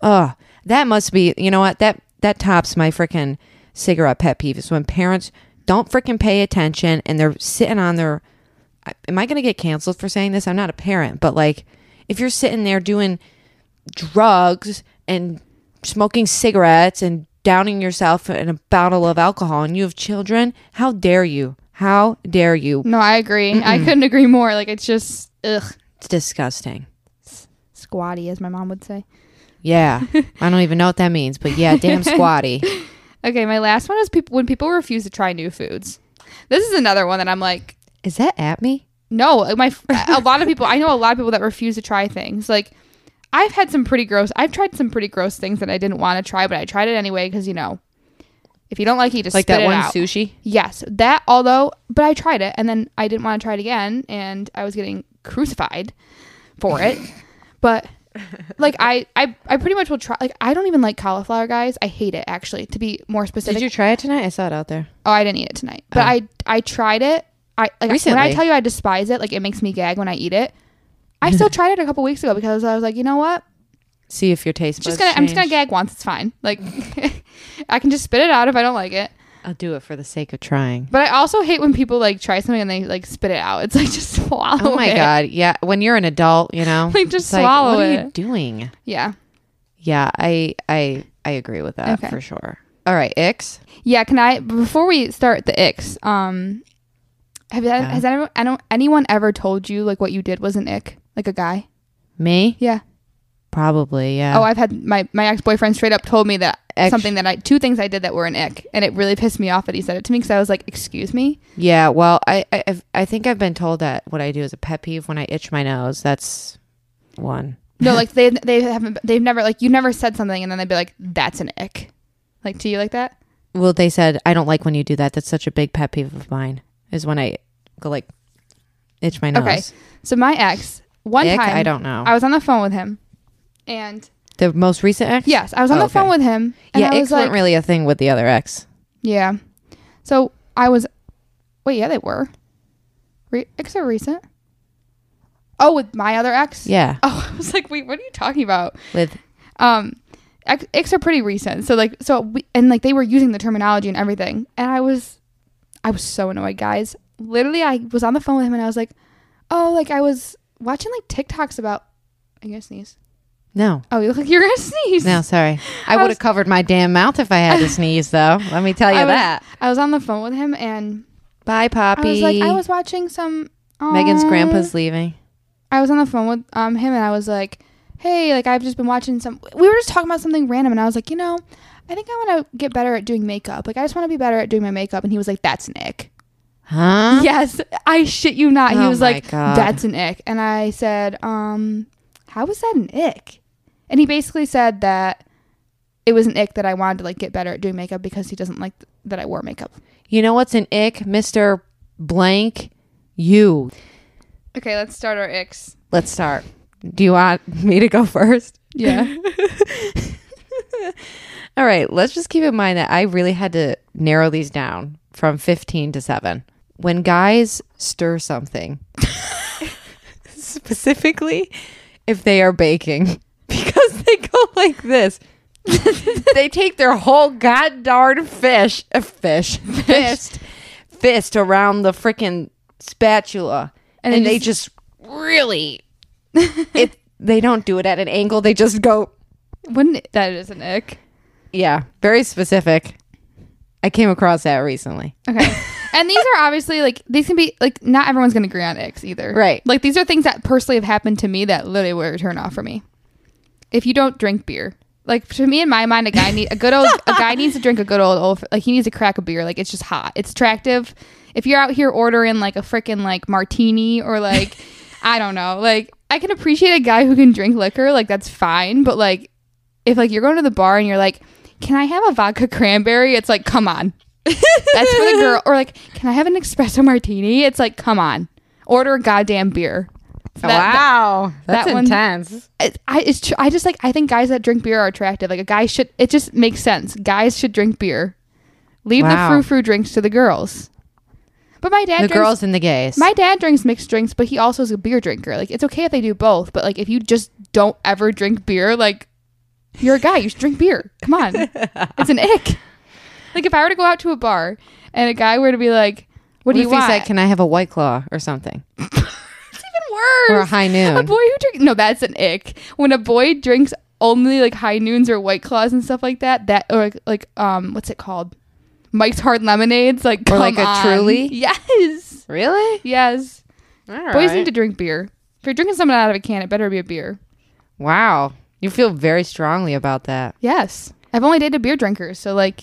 [SPEAKER 2] Ugh, that must be. You know what? That that tops my freaking cigarette pet peeve is when parents don't freaking pay attention and they're sitting on their. I- Am I gonna get canceled for saying this? I'm not a parent, but like, if you're sitting there doing drugs and smoking cigarettes and downing yourself in a bottle of alcohol and you have children, how dare you? How dare you?
[SPEAKER 1] No, I agree. I couldn't agree more. Like it's just ugh,
[SPEAKER 2] It's disgusting.
[SPEAKER 1] squatty as my mom would say.
[SPEAKER 2] Yeah, I don't even know what that means, but yeah, damn squatty.
[SPEAKER 1] Okay, my last one is people when people refuse to try new foods. This is another one that I'm like,
[SPEAKER 2] Is that at me?
[SPEAKER 1] no, like my a lot of people I know a lot of people that refuse to try things. Like I've had some pretty gross. I've tried some pretty gross things that I didn't want to try, but I tried it anyway because you know, if you don't like it, you just
[SPEAKER 2] like
[SPEAKER 1] spit
[SPEAKER 2] that
[SPEAKER 1] it
[SPEAKER 2] one
[SPEAKER 1] out.
[SPEAKER 2] sushi.
[SPEAKER 1] Yes, that although, but I tried it and then I didn't want to try it again and I was getting crucified for it. but like I, I I pretty much will try like I don't even like cauliflower guys. I hate it actually, to be more specific.
[SPEAKER 2] Did you try it tonight? I saw it out there.
[SPEAKER 1] Oh, I didn't eat it tonight. But I I tried it. I like when I
[SPEAKER 2] Recently.
[SPEAKER 1] tell you I despise it, like it makes me gag when I eat it. I still tried it a couple weeks ago because I was like, you know what?
[SPEAKER 2] See if your taste
[SPEAKER 1] It's just
[SPEAKER 2] buds.
[SPEAKER 1] gonna I'm just gonna
[SPEAKER 2] change.
[SPEAKER 1] gag once. It's fine. Like I can just spit it out if I don't like it.
[SPEAKER 2] I'll do it for the sake of trying.
[SPEAKER 1] But I also hate when people like try something and they like spit it out. It's like just swallow.
[SPEAKER 2] Oh my
[SPEAKER 1] it.
[SPEAKER 2] god! Yeah, when you're an adult, you know,
[SPEAKER 1] Like, just
[SPEAKER 2] It's
[SPEAKER 1] swallow
[SPEAKER 2] what are you
[SPEAKER 1] it.
[SPEAKER 2] doing?
[SPEAKER 1] Yeah.
[SPEAKER 2] Yeah, I I I agree with that
[SPEAKER 1] Okay.
[SPEAKER 2] for sure. All right, Ix.
[SPEAKER 1] Yeah. Can I before we start the icks? Um, have you
[SPEAKER 2] Yeah.
[SPEAKER 1] has anyone I don't, anyone ever told you like what you did was an ick? Like a guy?
[SPEAKER 2] Me?
[SPEAKER 1] Yeah.
[SPEAKER 2] Probably. Yeah.
[SPEAKER 1] Oh, I've had my my ex boyfriend straight up told me that
[SPEAKER 2] Ex-
[SPEAKER 1] something that I two things I did that were an ick, and it really pissed me off that he said it to me because I was like, "Excuse me."
[SPEAKER 2] Yeah, well, I I I've, I think I've been told that what I do is a pet peeve when I itch my nose. That's one.
[SPEAKER 1] No, like they they haven't they've never like you never said something and then they'd be like, "That's an ick," like to you like that.
[SPEAKER 2] Well, they said I don't like when you do that. That's such a big pet peeve of mine. Is when I go like itch my nose.
[SPEAKER 1] Okay. So my ex one
[SPEAKER 2] Ick?
[SPEAKER 1] time
[SPEAKER 2] I don't know.
[SPEAKER 1] I was on the phone with him, and
[SPEAKER 2] the most recent ex.
[SPEAKER 1] yes, I was on
[SPEAKER 2] Oh,
[SPEAKER 1] the
[SPEAKER 2] okay.
[SPEAKER 1] phone with him. And
[SPEAKER 2] yeah.
[SPEAKER 1] I
[SPEAKER 2] It
[SPEAKER 1] was
[SPEAKER 2] wasn't
[SPEAKER 1] like,
[SPEAKER 2] really a thing with the other ex.
[SPEAKER 1] yeah. So I was, wait, yeah, they were. Re- ex are recent. Oh, with my other ex.
[SPEAKER 2] Yeah,
[SPEAKER 1] Oh, I was like, wait, what are you talking about?
[SPEAKER 2] with
[SPEAKER 1] um ex- icks are pretty recent so like so we, and like they were using the terminology and everything and i was i was so annoyed guys literally i was on the phone with him and i was like oh like i was watching like tiktoks about i'm gonna sneeze
[SPEAKER 2] no,
[SPEAKER 1] oh you look like you're gonna sneeze
[SPEAKER 2] no. Sorry, I,
[SPEAKER 1] I
[SPEAKER 2] would
[SPEAKER 1] was-
[SPEAKER 2] have covered my damn mouth if I had to sneeze, though. Let me tell you
[SPEAKER 1] I was-
[SPEAKER 2] that.
[SPEAKER 1] i was on the phone with him and
[SPEAKER 2] Bye, Poppy.
[SPEAKER 1] i was like i was watching some
[SPEAKER 2] Megan's
[SPEAKER 1] um,
[SPEAKER 2] grandpa's leaving.
[SPEAKER 1] I was on the phone with um him and I was like, "Hey, like I've just been watching some we were just talking about something random and I was like, "You know, I think I want to get better at doing makeup. Like I just want to be better at doing my makeup." And he was like, "That's an ick."
[SPEAKER 2] Huh?
[SPEAKER 1] Yes, I shit you not. he
[SPEAKER 2] Oh
[SPEAKER 1] was
[SPEAKER 2] my
[SPEAKER 1] like,
[SPEAKER 2] God.
[SPEAKER 1] "That's an ick." And I said, "Um, how was that an ick?" And he basically said that it was an ick that I wanted to like get better at doing makeup because he doesn't like th- that I wore makeup.
[SPEAKER 2] You know what's an ick, Mr. Blank? You.
[SPEAKER 1] Okay, let's start our icks.
[SPEAKER 2] Let's start. Do you want me to go first?
[SPEAKER 1] Yeah.
[SPEAKER 2] All right, let's just keep in mind that I really had to narrow these down from 15 to 7. When guys stir something, specifically if they are baking, because they go like this. they take their whole god darn fish, a fish, fist, fist around the freaking spatula, and,
[SPEAKER 1] And it
[SPEAKER 2] they just really, if they don't do it at an angle, they just go
[SPEAKER 1] Wouldn't that is an ick.
[SPEAKER 2] yeah, very specific. I came across that recently.
[SPEAKER 1] Okay. and these are obviously like these can be like not everyone's gonna agree on X either.
[SPEAKER 2] Right.
[SPEAKER 1] Like these are things that personally have happened to me that literally were a turn off for me. If you don't drink beer. Like to me in my mind a guy need a good old a guy needs to drink a good old old like he needs to crack a beer. Like it's just hot. It's attractive. If you're out here ordering like a freaking like martini or like I don't know, like I can appreciate a guy who can drink liquor, like that's fine, but like if like you're going to the bar and you're like, Can I have a vodka cranberry? It's like, come on. That's for the girl. Or like, can I have an espresso martini? It's like, come on, order a goddamn beer. So that-
[SPEAKER 2] wow, that's
[SPEAKER 1] that one-
[SPEAKER 2] intense.
[SPEAKER 1] it- I it's tr- I just like I think guys that drink beer are attractive. Like a guy should. It just makes sense. Guys should drink beer. Leave
[SPEAKER 2] Wow.
[SPEAKER 1] the frou frou drinks to the girls. But my dad
[SPEAKER 2] the
[SPEAKER 1] drinks.
[SPEAKER 2] girls and the gays.
[SPEAKER 1] my dad drinks mixed drinks, but he also is a beer drinker. Like it's okay if they do both, but like if you just don't ever drink beer, like you're a guy, you should drink beer. Come on, it's an ick. Like if I were to go out to a bar and a guy were to be like, "What,
[SPEAKER 2] what
[SPEAKER 1] do
[SPEAKER 2] if
[SPEAKER 1] you
[SPEAKER 2] he
[SPEAKER 1] want?"
[SPEAKER 2] said, "Can I have a white claw or something,
[SPEAKER 1] It's even
[SPEAKER 2] or a
[SPEAKER 1] worse.
[SPEAKER 2] high
[SPEAKER 1] a
[SPEAKER 2] noon?"
[SPEAKER 1] boy who drinks no, that's an ick. When a boy drinks only like high noons or white claws and stuff like that, that or like, like um, what's it called? Mike's hard lemonades, like
[SPEAKER 2] Or like
[SPEAKER 1] come
[SPEAKER 2] a
[SPEAKER 1] on.
[SPEAKER 2] Truly?
[SPEAKER 1] Yes,
[SPEAKER 2] really?
[SPEAKER 1] yes.
[SPEAKER 2] All
[SPEAKER 1] Boys
[SPEAKER 2] right.
[SPEAKER 1] need to drink beer. If you're drinking something out of a can, it better be a beer.
[SPEAKER 2] wow, you feel very strongly about that.
[SPEAKER 1] Yes, I've only dated beer drinkers, so like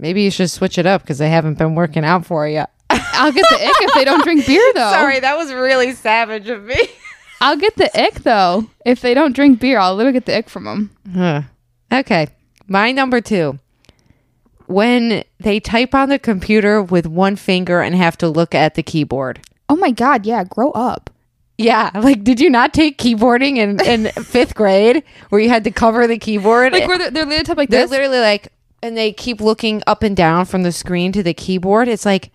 [SPEAKER 2] Maybe you should switch it up because they haven't been working out for you.
[SPEAKER 1] I'll get the ick if they don't drink beer though.
[SPEAKER 2] that was really savage of me.
[SPEAKER 1] I'll get the ick though if they don't drink beer. I'll literally get the ick from them.
[SPEAKER 2] Huh. Okay. My number two. When they type on the computer with one finger and have to look at the keyboard.
[SPEAKER 1] Oh my god, yeah, grow up.
[SPEAKER 2] Yeah. Like, did you not take keyboarding in, in fifth grade where you had to cover the keyboard?
[SPEAKER 1] Like where they're, they're literally type like
[SPEAKER 2] They're
[SPEAKER 1] this.
[SPEAKER 2] literally like, and they keep looking up and down from the screen to the keyboard. It's like,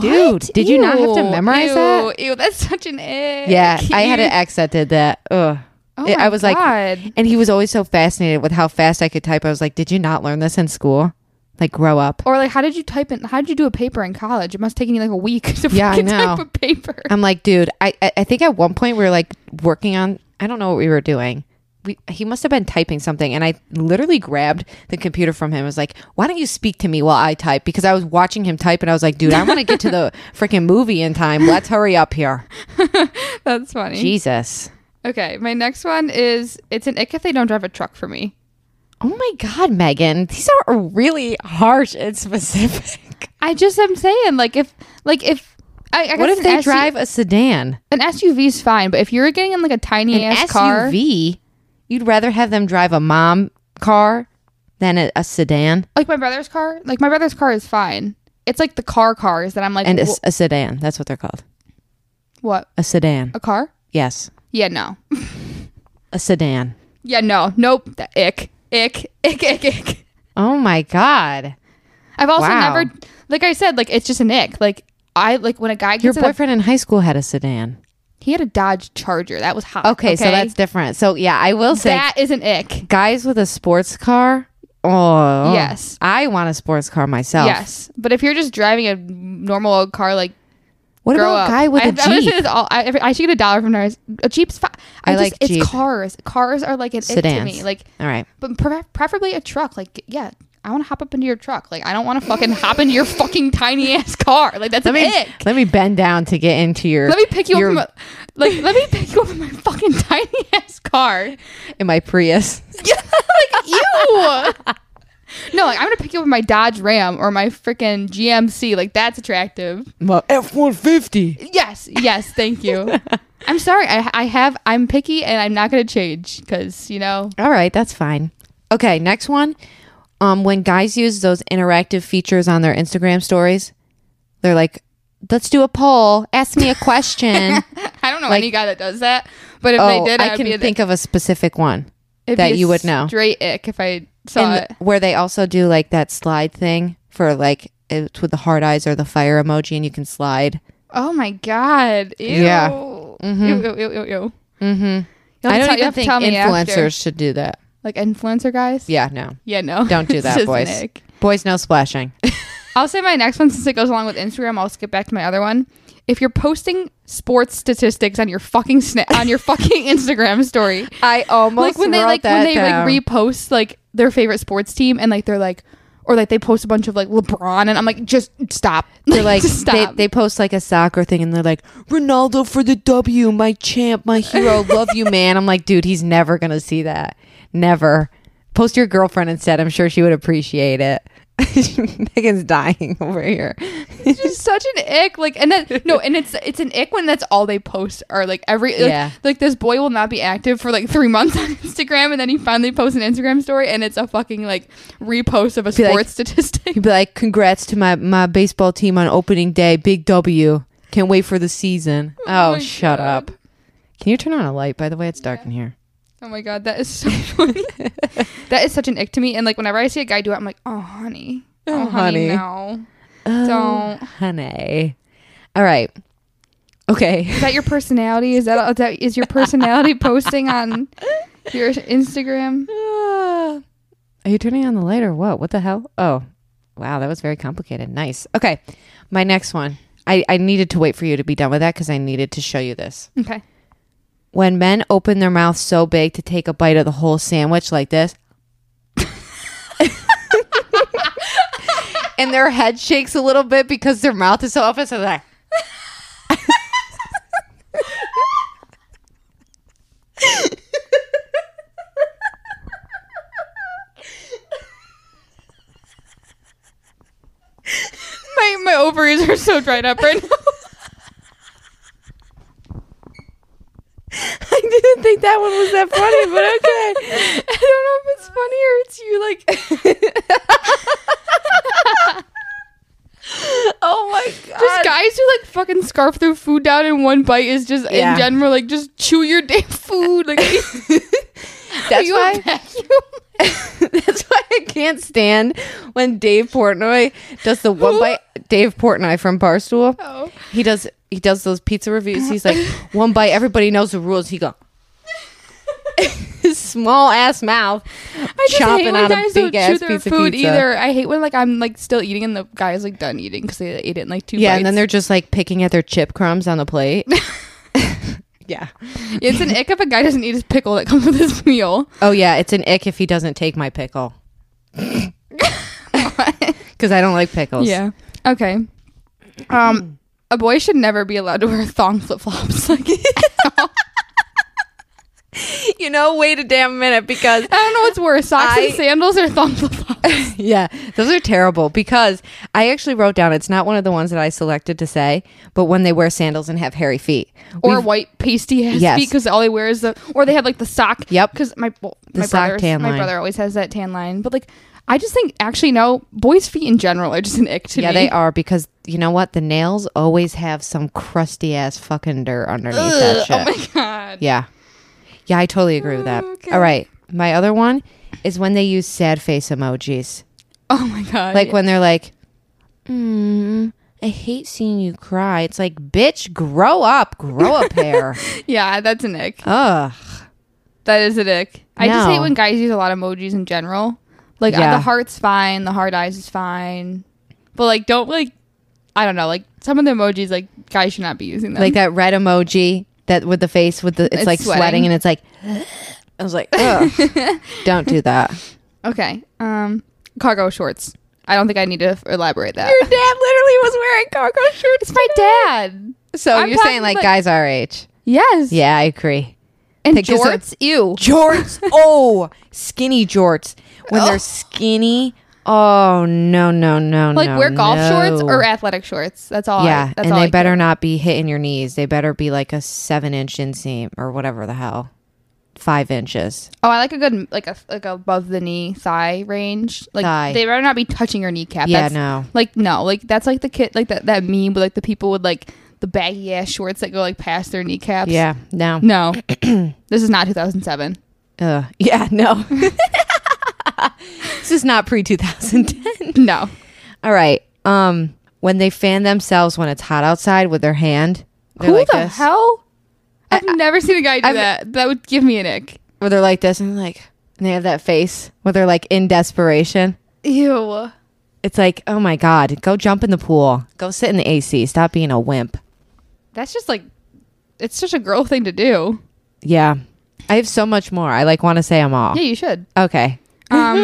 [SPEAKER 2] Dude, did you not have to
[SPEAKER 1] Ew,
[SPEAKER 2] memorize
[SPEAKER 1] ew,
[SPEAKER 2] that?
[SPEAKER 1] Ew, that's such an ick.
[SPEAKER 2] Yeah, I had an ex that did that. Ugh.
[SPEAKER 1] Oh
[SPEAKER 2] It-
[SPEAKER 1] my
[SPEAKER 2] I was like,
[SPEAKER 1] God.
[SPEAKER 2] and he was always so fascinated with how fast I could type. I was like, did you not learn this in school? Like, grow up.
[SPEAKER 1] or like, how did you type in? How did you do a paper in college? It must have taken you like a week to
[SPEAKER 2] Yeah, I
[SPEAKER 1] fucking
[SPEAKER 2] know.
[SPEAKER 1] type a paper.
[SPEAKER 2] I'm like, dude, I, I, I think at one point we were like working on, I don't know what we were doing. We, he must have been typing something. And I literally grabbed the computer from him. I was like, why don't you speak to me while I type? Because I was watching him type and I was like, dude, I want to get to the freaking movie in time. Let's hurry up here.
[SPEAKER 1] That's funny.
[SPEAKER 2] Jesus.
[SPEAKER 1] Okay, my next one is it's an ick if they don't drive a truck for me.
[SPEAKER 2] Oh my God, Megan. These are really harsh and specific.
[SPEAKER 1] I just am saying like if like if I, I guess
[SPEAKER 2] What if
[SPEAKER 1] an
[SPEAKER 2] they
[SPEAKER 1] SU
[SPEAKER 2] drive a sedan?
[SPEAKER 1] an SUV is fine, but if you're getting in like a tiny
[SPEAKER 2] An
[SPEAKER 1] ass
[SPEAKER 2] SUV?
[SPEAKER 1] car,
[SPEAKER 2] You'd rather have them drive a mom car than a, a sedan?
[SPEAKER 1] like my brother's car, like my brother's car is fine. It's like the car cars that I'm like
[SPEAKER 2] and a,
[SPEAKER 1] "Wh-
[SPEAKER 2] s- a sedan. That's what they're called.
[SPEAKER 1] what
[SPEAKER 2] A sedan.
[SPEAKER 1] a car?
[SPEAKER 2] Yes,
[SPEAKER 1] Yeah, no,
[SPEAKER 2] a sedan.
[SPEAKER 1] yeah, no, nope. That ick, ick, ick, ick, ick.
[SPEAKER 2] Oh my god,
[SPEAKER 1] I've also
[SPEAKER 2] Wow.
[SPEAKER 1] never, like I said, like it's just an ick. Like I like when a guy
[SPEAKER 2] your
[SPEAKER 1] gets in a-
[SPEAKER 2] boyfriend in high school had a sedan.
[SPEAKER 1] he had a Dodge Charger that was hot.
[SPEAKER 2] Okay, so that's different. So yeah, I will say
[SPEAKER 1] that is an ick.
[SPEAKER 2] guys with a sports car. Oh
[SPEAKER 1] Yes.
[SPEAKER 2] I want a sports car myself.
[SPEAKER 1] Yes, but if you're just driving a normal old car, like
[SPEAKER 2] What
[SPEAKER 1] grow
[SPEAKER 2] about
[SPEAKER 1] up.
[SPEAKER 2] a guy with
[SPEAKER 1] I,
[SPEAKER 2] a
[SPEAKER 1] I would say
[SPEAKER 2] jeep?
[SPEAKER 1] this all. I, I should get a dollar from Nars. A jeep's fine.
[SPEAKER 2] I
[SPEAKER 1] I,
[SPEAKER 2] like
[SPEAKER 1] like it's
[SPEAKER 2] Jeep.
[SPEAKER 1] cars. Cars are like an ick to
[SPEAKER 2] Sedans.
[SPEAKER 1] me. Like,
[SPEAKER 2] All right.
[SPEAKER 1] but pre- preferably a truck. Like, g- yeah, I want to hop up into your truck. Like, I don't want to fucking hop into your fucking tiny ass car. Like, that's
[SPEAKER 2] Let
[SPEAKER 1] an
[SPEAKER 2] me
[SPEAKER 1] ick.
[SPEAKER 2] let me bend down to get into your.
[SPEAKER 1] Let me pick you
[SPEAKER 2] your-
[SPEAKER 1] up. From a, like, let me pick you up in my fucking tiny ass car.
[SPEAKER 2] in my Prius.
[SPEAKER 1] like, ew. No, like I'm gonna pick you up in my Dodge Ram or my freaking GMC. Like that's attractive.
[SPEAKER 2] My F one fifty.
[SPEAKER 1] Yes, yes, thank you. I'm sorry. I, I have. I'm picky, and I'm not going to change because you know.
[SPEAKER 2] All right, that's fine. Okay, next one. Um, when guys use those interactive features on their Instagram stories, they're like, "Let's do a poll. Ask me a question."
[SPEAKER 1] I don't know any guy that does that, but if
[SPEAKER 2] oh,
[SPEAKER 1] they did,
[SPEAKER 2] I
[SPEAKER 1] would be
[SPEAKER 2] can
[SPEAKER 1] an-
[SPEAKER 2] think of a specific one
[SPEAKER 1] it'd
[SPEAKER 2] that
[SPEAKER 1] be a
[SPEAKER 2] you would know.
[SPEAKER 1] Straight ick if I saw
[SPEAKER 2] And
[SPEAKER 1] it.
[SPEAKER 2] where they also do like that slide thing for like it's with the hard eyes or the fire emoji, and you can slide.
[SPEAKER 1] Oh my god! Ew.
[SPEAKER 2] Yeah.
[SPEAKER 1] Ew, ew, ew, ew, ew.
[SPEAKER 2] Mm-hmm.
[SPEAKER 1] You'll
[SPEAKER 2] I
[SPEAKER 1] tell-
[SPEAKER 2] don't
[SPEAKER 1] you'll
[SPEAKER 2] even
[SPEAKER 1] have to
[SPEAKER 2] think
[SPEAKER 1] tell me
[SPEAKER 2] influencers
[SPEAKER 1] after.
[SPEAKER 2] should do that.
[SPEAKER 1] like influencer guys.
[SPEAKER 2] Yeah, no,
[SPEAKER 1] Yeah, no,
[SPEAKER 2] don't do
[SPEAKER 1] It's
[SPEAKER 2] that,
[SPEAKER 1] just an
[SPEAKER 2] boys.
[SPEAKER 1] ick.
[SPEAKER 2] Boys, no splashing.
[SPEAKER 1] I'll say my next one since it goes along with Instagram. I'll skip back to my other one. If you're posting sports statistics on your fucking sna- on your fucking Instagram story,
[SPEAKER 2] I almost
[SPEAKER 1] like when they like when they like repost like their favorite sports team and like they're like or like they post a bunch of like LeBron and I'm like just stop.
[SPEAKER 2] They're like
[SPEAKER 1] just
[SPEAKER 2] they,
[SPEAKER 1] stop.
[SPEAKER 2] they post like a soccer thing and they're like Ronaldo for the W, my champ, my hero, love you, man. I'm like, dude, he's never gonna see that, never. Post your girlfriend instead. I'm sure she would appreciate it. Megan's dying over here.
[SPEAKER 1] it's just such an ick. Like and then no, and it's it's an ick when that's all they post or like every like,
[SPEAKER 2] Yeah.
[SPEAKER 1] like this boy will not be active for like three months on Instagram and then he finally posts an Instagram story and it's a fucking like repost of a
[SPEAKER 2] like-
[SPEAKER 1] sports statistic.
[SPEAKER 2] He'd be like, congrats to my my baseball team on opening day, big W. Can't wait for the season. Oh,
[SPEAKER 1] my
[SPEAKER 2] shut
[SPEAKER 1] God.
[SPEAKER 2] up. Can you turn on a light? By the way, it's dark in here.
[SPEAKER 1] Oh my god, that is so funny. that is such an ick to me. And like whenever I see a guy do it, I'm like, oh honey, oh,
[SPEAKER 2] Oh, honey.
[SPEAKER 1] honey, no, don't.
[SPEAKER 2] Oh, honey. All right. Okay.
[SPEAKER 1] Is that your personality? Is that, is that is your personality posting on your Instagram?
[SPEAKER 2] Uh, Are you turning on the light or what? What the hell? Oh, wow, that was very complicated. Nice. Okay, my next one. I, I needed to wait for you to be done with that because I needed to show you this.
[SPEAKER 1] Okay.
[SPEAKER 2] When men open their mouth so big to take a bite of the whole sandwich like this, and their head shakes a little bit because their mouth is so open, so they're like,
[SPEAKER 1] My my ovaries are so dried up right now.
[SPEAKER 2] I didn't think that one was that funny, but okay.
[SPEAKER 1] I don't know if it's funny or it's you like
[SPEAKER 2] Oh my god.
[SPEAKER 1] just guys who like fucking scarf their food down in one bite is just
[SPEAKER 2] Yeah.
[SPEAKER 1] in general like just chew your damn food like are
[SPEAKER 2] That's
[SPEAKER 1] you a
[SPEAKER 2] why
[SPEAKER 1] vacuum?
[SPEAKER 2] That's why I can't stand when Dave Portnoy does the one bite. Dave Portnoy from Barstool.
[SPEAKER 1] Oh.
[SPEAKER 2] He does. He does those pizza reviews. He's like one bite. Everybody knows the rules. He go. His small ass mouth
[SPEAKER 1] I just hate
[SPEAKER 2] chomping
[SPEAKER 1] when
[SPEAKER 2] on a
[SPEAKER 1] guys don't
[SPEAKER 2] big
[SPEAKER 1] chew
[SPEAKER 2] ass
[SPEAKER 1] their
[SPEAKER 2] piece of
[SPEAKER 1] food
[SPEAKER 2] pizza.
[SPEAKER 1] either. I hate when like I'm like still eating and the guy's like done eating because they ate it in like two.
[SPEAKER 2] Yeah,
[SPEAKER 1] bites.
[SPEAKER 2] and then they're just like picking at their chip crumbs on the plate. yeah.
[SPEAKER 1] it's an ick if a guy doesn't eat his pickle that comes with his meal.
[SPEAKER 2] Oh yeah, it's an ick if he doesn't take my pickle. Because I don't like pickles.
[SPEAKER 1] Yeah. Okay. Um, a boy should never be allowed to wear thong flip flops. Like, at all.
[SPEAKER 2] You know, wait a damn minute because
[SPEAKER 1] I don't know what's worse, socks
[SPEAKER 2] I-
[SPEAKER 1] and sandals or thong flip flops.
[SPEAKER 2] yeah, those are terrible because I actually wrote down it's not one of the ones that I selected to say, but when they wear sandals and have hairy feet.
[SPEAKER 1] or white pasty ass
[SPEAKER 2] Yes.
[SPEAKER 1] feet because all they wear is the or they have like the sock.
[SPEAKER 2] Yep.
[SPEAKER 1] Because my well,
[SPEAKER 2] The
[SPEAKER 1] my
[SPEAKER 2] sock
[SPEAKER 1] brother
[SPEAKER 2] tan
[SPEAKER 1] my
[SPEAKER 2] line.
[SPEAKER 1] brother always has that tan line, but like. I just think, actually, no. Boys' feet in general are just an ick to
[SPEAKER 2] yeah,
[SPEAKER 1] me.
[SPEAKER 2] they are because you know what? The nails always have some crusty ass fucking dirt underneath that
[SPEAKER 1] Ugh,
[SPEAKER 2] shit.
[SPEAKER 1] Oh my god.
[SPEAKER 2] Yeah. Yeah, I totally agree with that.
[SPEAKER 1] Okay.
[SPEAKER 2] All right. My other one is when they use sad face emojis.
[SPEAKER 1] Oh my god.
[SPEAKER 2] Like when they're like, mm, I hate seeing you cry. It's like, bitch, grow up, grow up hair.
[SPEAKER 1] yeah, that's an ick.
[SPEAKER 2] Ugh.
[SPEAKER 1] That is an ick. I just
[SPEAKER 2] No.
[SPEAKER 1] hate when guys use a lot of emojis in general. Like uh,
[SPEAKER 2] Yeah.
[SPEAKER 1] the heart's fine, the hard eyes is fine, but like don't like I don't know like some of the emojis like guys should not be using them.
[SPEAKER 2] Like that red emoji that with the face with the, it's,
[SPEAKER 1] It's
[SPEAKER 2] like sweating.
[SPEAKER 1] sweating.
[SPEAKER 2] and it's like, I was like, ugh. Don't do that.
[SPEAKER 1] okay, um, cargo shorts. I don't think I need to f- elaborate that.
[SPEAKER 2] dad literally was wearing cargo shorts.
[SPEAKER 1] It's my dad.
[SPEAKER 2] So
[SPEAKER 1] I'm
[SPEAKER 2] you're saying
[SPEAKER 1] talking
[SPEAKER 2] like,
[SPEAKER 1] like-
[SPEAKER 2] guys our age.
[SPEAKER 1] Yes.
[SPEAKER 2] Yeah, I agree.
[SPEAKER 1] And
[SPEAKER 2] Pictures of-
[SPEAKER 1] jorts. Ew.
[SPEAKER 2] jorts. oh, skinny jorts. When they're skinny. Oh no no no
[SPEAKER 1] Like
[SPEAKER 2] no!
[SPEAKER 1] wear golf shorts
[SPEAKER 2] no.
[SPEAKER 1] or athletic shorts. That's all.
[SPEAKER 2] yeah,
[SPEAKER 1] I, that's
[SPEAKER 2] and
[SPEAKER 1] all
[SPEAKER 2] they
[SPEAKER 1] I
[SPEAKER 2] better not be hitting your knees. They better be like a seven inch inseam or whatever the hell, five inches.
[SPEAKER 1] Oh, I like a good like a like above the knee thigh range. Like
[SPEAKER 2] Thigh.
[SPEAKER 1] they better not be touching your kneecap.
[SPEAKER 2] Yeah,
[SPEAKER 1] that's,
[SPEAKER 2] no.
[SPEAKER 1] Like no, like that's like the kid like that that meme with like the people with like the baggy ass shorts that go like past their kneecaps.
[SPEAKER 2] Yeah, no.
[SPEAKER 1] No, this is not 2007.
[SPEAKER 2] Ugh. Yeah, no. this is not pre two thousand ten.
[SPEAKER 1] No.
[SPEAKER 2] All right. Um, when they fan themselves when it's hot outside with their hand, they're
[SPEAKER 1] Who
[SPEAKER 2] like
[SPEAKER 1] the
[SPEAKER 2] this.
[SPEAKER 1] hell? I've never seen a guy do
[SPEAKER 2] I've-
[SPEAKER 1] that. That would give me an ick.
[SPEAKER 2] where they're like this and like and they have that face where they're like in desperation.
[SPEAKER 1] Ew.
[SPEAKER 2] It's like, oh my god, go jump in the pool, go sit in the AC, stop being a wimp.
[SPEAKER 1] That's just like, it's such a girl thing to do.
[SPEAKER 2] Yeah, I have so much more. I like want to say them all.
[SPEAKER 1] Yeah, you should.
[SPEAKER 2] Okay,
[SPEAKER 1] Um,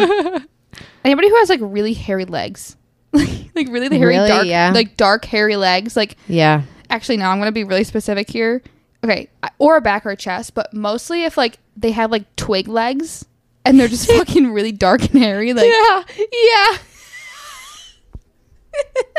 [SPEAKER 1] anybody who has like really hairy legs, like really the hairy
[SPEAKER 2] Really?
[SPEAKER 1] dark,
[SPEAKER 2] Yeah.
[SPEAKER 1] like dark hairy legs. Like
[SPEAKER 2] yeah,
[SPEAKER 1] actually, no, I'm gonna be really specific here. Okay, I- or a back or a chest, but mostly if like they have like twig legs and they're just fucking really dark and hairy. Like
[SPEAKER 2] yeah, yeah.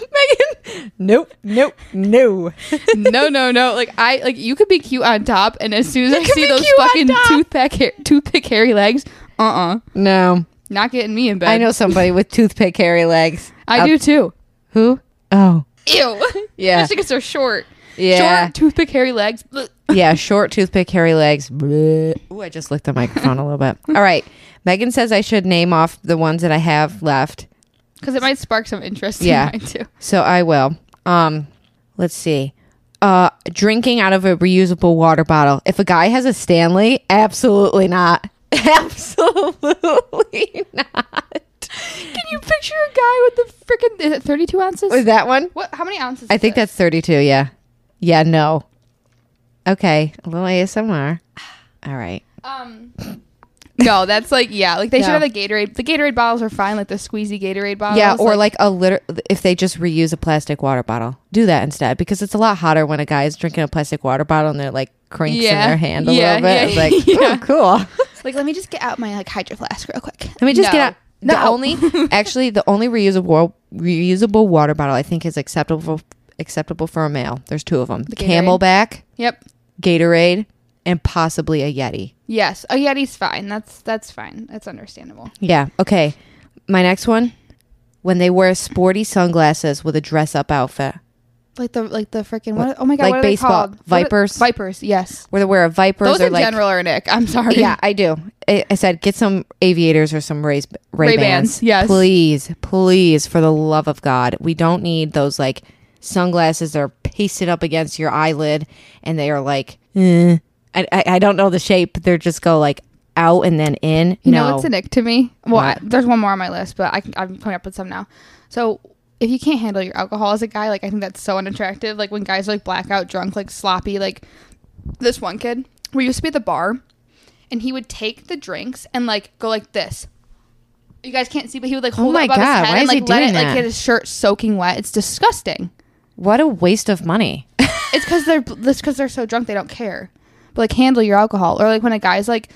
[SPEAKER 2] Megan, nope, nope, no.
[SPEAKER 1] no, no, no. Like I like you could be cute on top, and as soon as I
[SPEAKER 2] could
[SPEAKER 1] see
[SPEAKER 2] be
[SPEAKER 1] those
[SPEAKER 2] cute on
[SPEAKER 1] fucking
[SPEAKER 2] top.
[SPEAKER 1] toothpick hair, toothpick hairy legs, uh, uh
[SPEAKER 2] no,
[SPEAKER 1] not getting me in bed.
[SPEAKER 2] I know somebody with toothpick hairy legs.
[SPEAKER 1] I
[SPEAKER 2] Uh,
[SPEAKER 1] do too.
[SPEAKER 2] Who? Oh,
[SPEAKER 1] Ew.
[SPEAKER 2] Yeah.
[SPEAKER 1] Especially because they're short.
[SPEAKER 2] Yeah.
[SPEAKER 1] Short toothpick hairy legs. Blech.
[SPEAKER 2] yeah, short toothpick, hairy legs. Bleh. Ooh, I just licked the microphone a little bit. All right. Megan says I should name off the ones that I have left.
[SPEAKER 1] because it might spark some interest
[SPEAKER 2] Yeah.
[SPEAKER 1] in mine too.
[SPEAKER 2] So I will. Um, let's see. Uh, drinking out of a reusable water bottle. If a guy has a Stanley, absolutely not. Absolutely not.
[SPEAKER 1] Can you picture a guy with the freaking is it thirty two ounces?
[SPEAKER 2] Was that one?
[SPEAKER 1] what? How many ounces?
[SPEAKER 2] I
[SPEAKER 1] is
[SPEAKER 2] think
[SPEAKER 1] this?
[SPEAKER 2] that's 32. Yeah. Yeah, no. Okay. A little ASMR. All right.
[SPEAKER 1] um. No, that's like yeah, like they should
[SPEAKER 2] No.
[SPEAKER 1] have the Gatorade. The Gatorade bottles are fine, like the squeezy Gatorade bottles.
[SPEAKER 2] Yeah, or like, a liter if they just reuse a plastic water bottle, do that instead because it's a lot hotter when a guy is drinking a plastic water bottle and they're like crinks in
[SPEAKER 1] Yeah.
[SPEAKER 2] their hand a
[SPEAKER 1] Yeah,
[SPEAKER 2] little bit.
[SPEAKER 1] yeah,
[SPEAKER 2] It's like,
[SPEAKER 1] yeah.
[SPEAKER 2] "Ooh, cool.
[SPEAKER 1] like, let me just get out my like hydro flask real quick.
[SPEAKER 2] Let me just get out. The
[SPEAKER 1] No.
[SPEAKER 2] only actually the only reusable reusable water bottle I think is acceptable acceptable for a male. There's two of them: the
[SPEAKER 1] Gatorade.
[SPEAKER 2] Camelback,
[SPEAKER 1] Yep.
[SPEAKER 2] Gatorade, and possibly a Yeti.
[SPEAKER 1] Yes. A Yeti's fine. That's that's fine. That's understandable.
[SPEAKER 2] Yeah. Okay. My next one: when they wear sporty sunglasses with a dress up outfit.
[SPEAKER 1] like the like the freaking what? Oh my god,
[SPEAKER 2] Like
[SPEAKER 1] what are they
[SPEAKER 2] baseball-
[SPEAKER 1] called? What are-
[SPEAKER 2] vipers?
[SPEAKER 1] vipers, yes.
[SPEAKER 2] Where they wear a vipers
[SPEAKER 1] Those
[SPEAKER 2] or
[SPEAKER 1] in
[SPEAKER 2] like
[SPEAKER 1] general are Nick. I'm sorry.
[SPEAKER 2] Yeah, I do. I, I said get some aviators or some Ray Ray
[SPEAKER 1] Ray-Bans,
[SPEAKER 2] Bans.
[SPEAKER 1] yes.
[SPEAKER 2] please, please, for the love of God, we don't need those like sunglasses that are pasted up against your eyelid and they are like, eh. I, I I don't know the shape. They are just go like out and then in.
[SPEAKER 1] You
[SPEAKER 2] no,
[SPEAKER 1] know, it's a Nick to me. Well,
[SPEAKER 2] What?
[SPEAKER 1] there's one more on my list, but I can, I'm coming up with some now. So if you can't handle your alcohol as a guy, like I think that's so unattractive. Like when guys are like blackout drunk, like sloppy, like this one kid. We used to be at the bar, and he would take the drinks and like go like this. You guys can't see, but he would like hold
[SPEAKER 2] Oh my
[SPEAKER 1] it above
[SPEAKER 2] God,
[SPEAKER 1] his head
[SPEAKER 2] why
[SPEAKER 1] and
[SPEAKER 2] is he
[SPEAKER 1] like let
[SPEAKER 2] doing
[SPEAKER 1] it like
[SPEAKER 2] that?
[SPEAKER 1] get his shirt soaking wet. It's disgusting.
[SPEAKER 2] what a waste of money.
[SPEAKER 1] It's because they're that's because they're so drunk they don't care. But like handle your alcohol, or like when a guy's like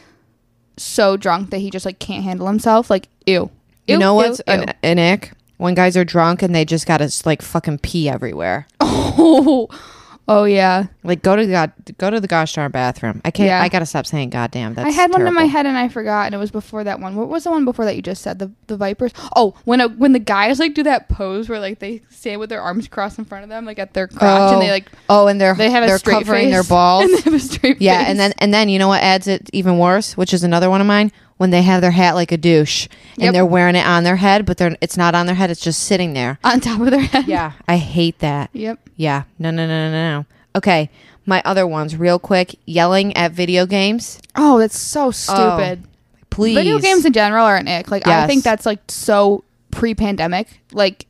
[SPEAKER 1] so drunk that he just like can't handle himself, like ew.
[SPEAKER 2] you
[SPEAKER 1] Ew,
[SPEAKER 2] know
[SPEAKER 1] ew,
[SPEAKER 2] what's
[SPEAKER 1] ew.
[SPEAKER 2] an, an ick? When guys are drunk and they just gotta s- like fucking pee everywhere.
[SPEAKER 1] oh, oh yeah.
[SPEAKER 2] Like go to the god, go to the gosh darn bathroom. I can't.
[SPEAKER 1] Yeah.
[SPEAKER 2] I gotta stop saying goddamn. That's
[SPEAKER 1] I had one in my
[SPEAKER 2] terrible.
[SPEAKER 1] head and I forgot, and it was before that one. What was the one before that you just said? The the vipers. Oh, when a, when the guys like do that pose where like they stand with their arms crossed in front of them, like at their crotch, and they like
[SPEAKER 2] oh and they're
[SPEAKER 1] they have
[SPEAKER 2] they're
[SPEAKER 1] a straight
[SPEAKER 2] covering
[SPEAKER 1] face
[SPEAKER 2] their balls
[SPEAKER 1] And they have a straight
[SPEAKER 2] yeah
[SPEAKER 1] face.
[SPEAKER 2] and then and then you know what adds it even worse which is another one of mine when they have their hat like a douche
[SPEAKER 1] Yep.
[SPEAKER 2] and they're wearing it on their head but they're it's not on their head it's just sitting there
[SPEAKER 1] on top of their head.
[SPEAKER 2] yeah i hate that
[SPEAKER 1] Yep.
[SPEAKER 2] yeah no no no no no okay my other ones real quick yelling at video games
[SPEAKER 1] Oh, that's so stupid.
[SPEAKER 2] please
[SPEAKER 1] Video games in general are an ick. Like I
[SPEAKER 2] Yes.
[SPEAKER 1] think that's like so pre-pandemic. Like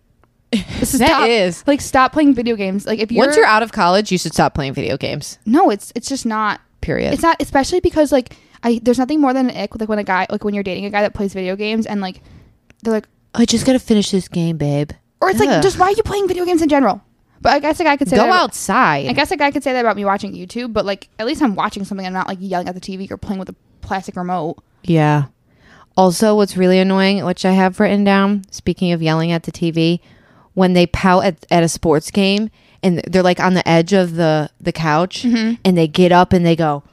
[SPEAKER 1] stop,
[SPEAKER 2] is.
[SPEAKER 1] like stop playing video games. Like if you're,
[SPEAKER 2] once you're out of college you should stop playing video games
[SPEAKER 1] no, it's it's just not.
[SPEAKER 2] period
[SPEAKER 1] It's not especially because like I there's nothing more than an ick with, like when a guy like when you're dating a guy that plays video games and like they're like
[SPEAKER 2] i just gotta finish this game babe
[SPEAKER 1] or it's like
[SPEAKER 2] Ugh.
[SPEAKER 1] just why are you playing video games in general? But I guess a guy could say
[SPEAKER 2] go
[SPEAKER 1] that
[SPEAKER 2] outside
[SPEAKER 1] I guess a guy could say that about me watching YouTube, but like at least I'm watching something. I'm not like yelling at the TV or playing with a plastic remote.
[SPEAKER 2] Yeah. Also, what's really annoying, which I have written down, speaking of yelling at the TV, when they pout at, at a sports game and they're like on the edge of the, the couch and they get up and they go,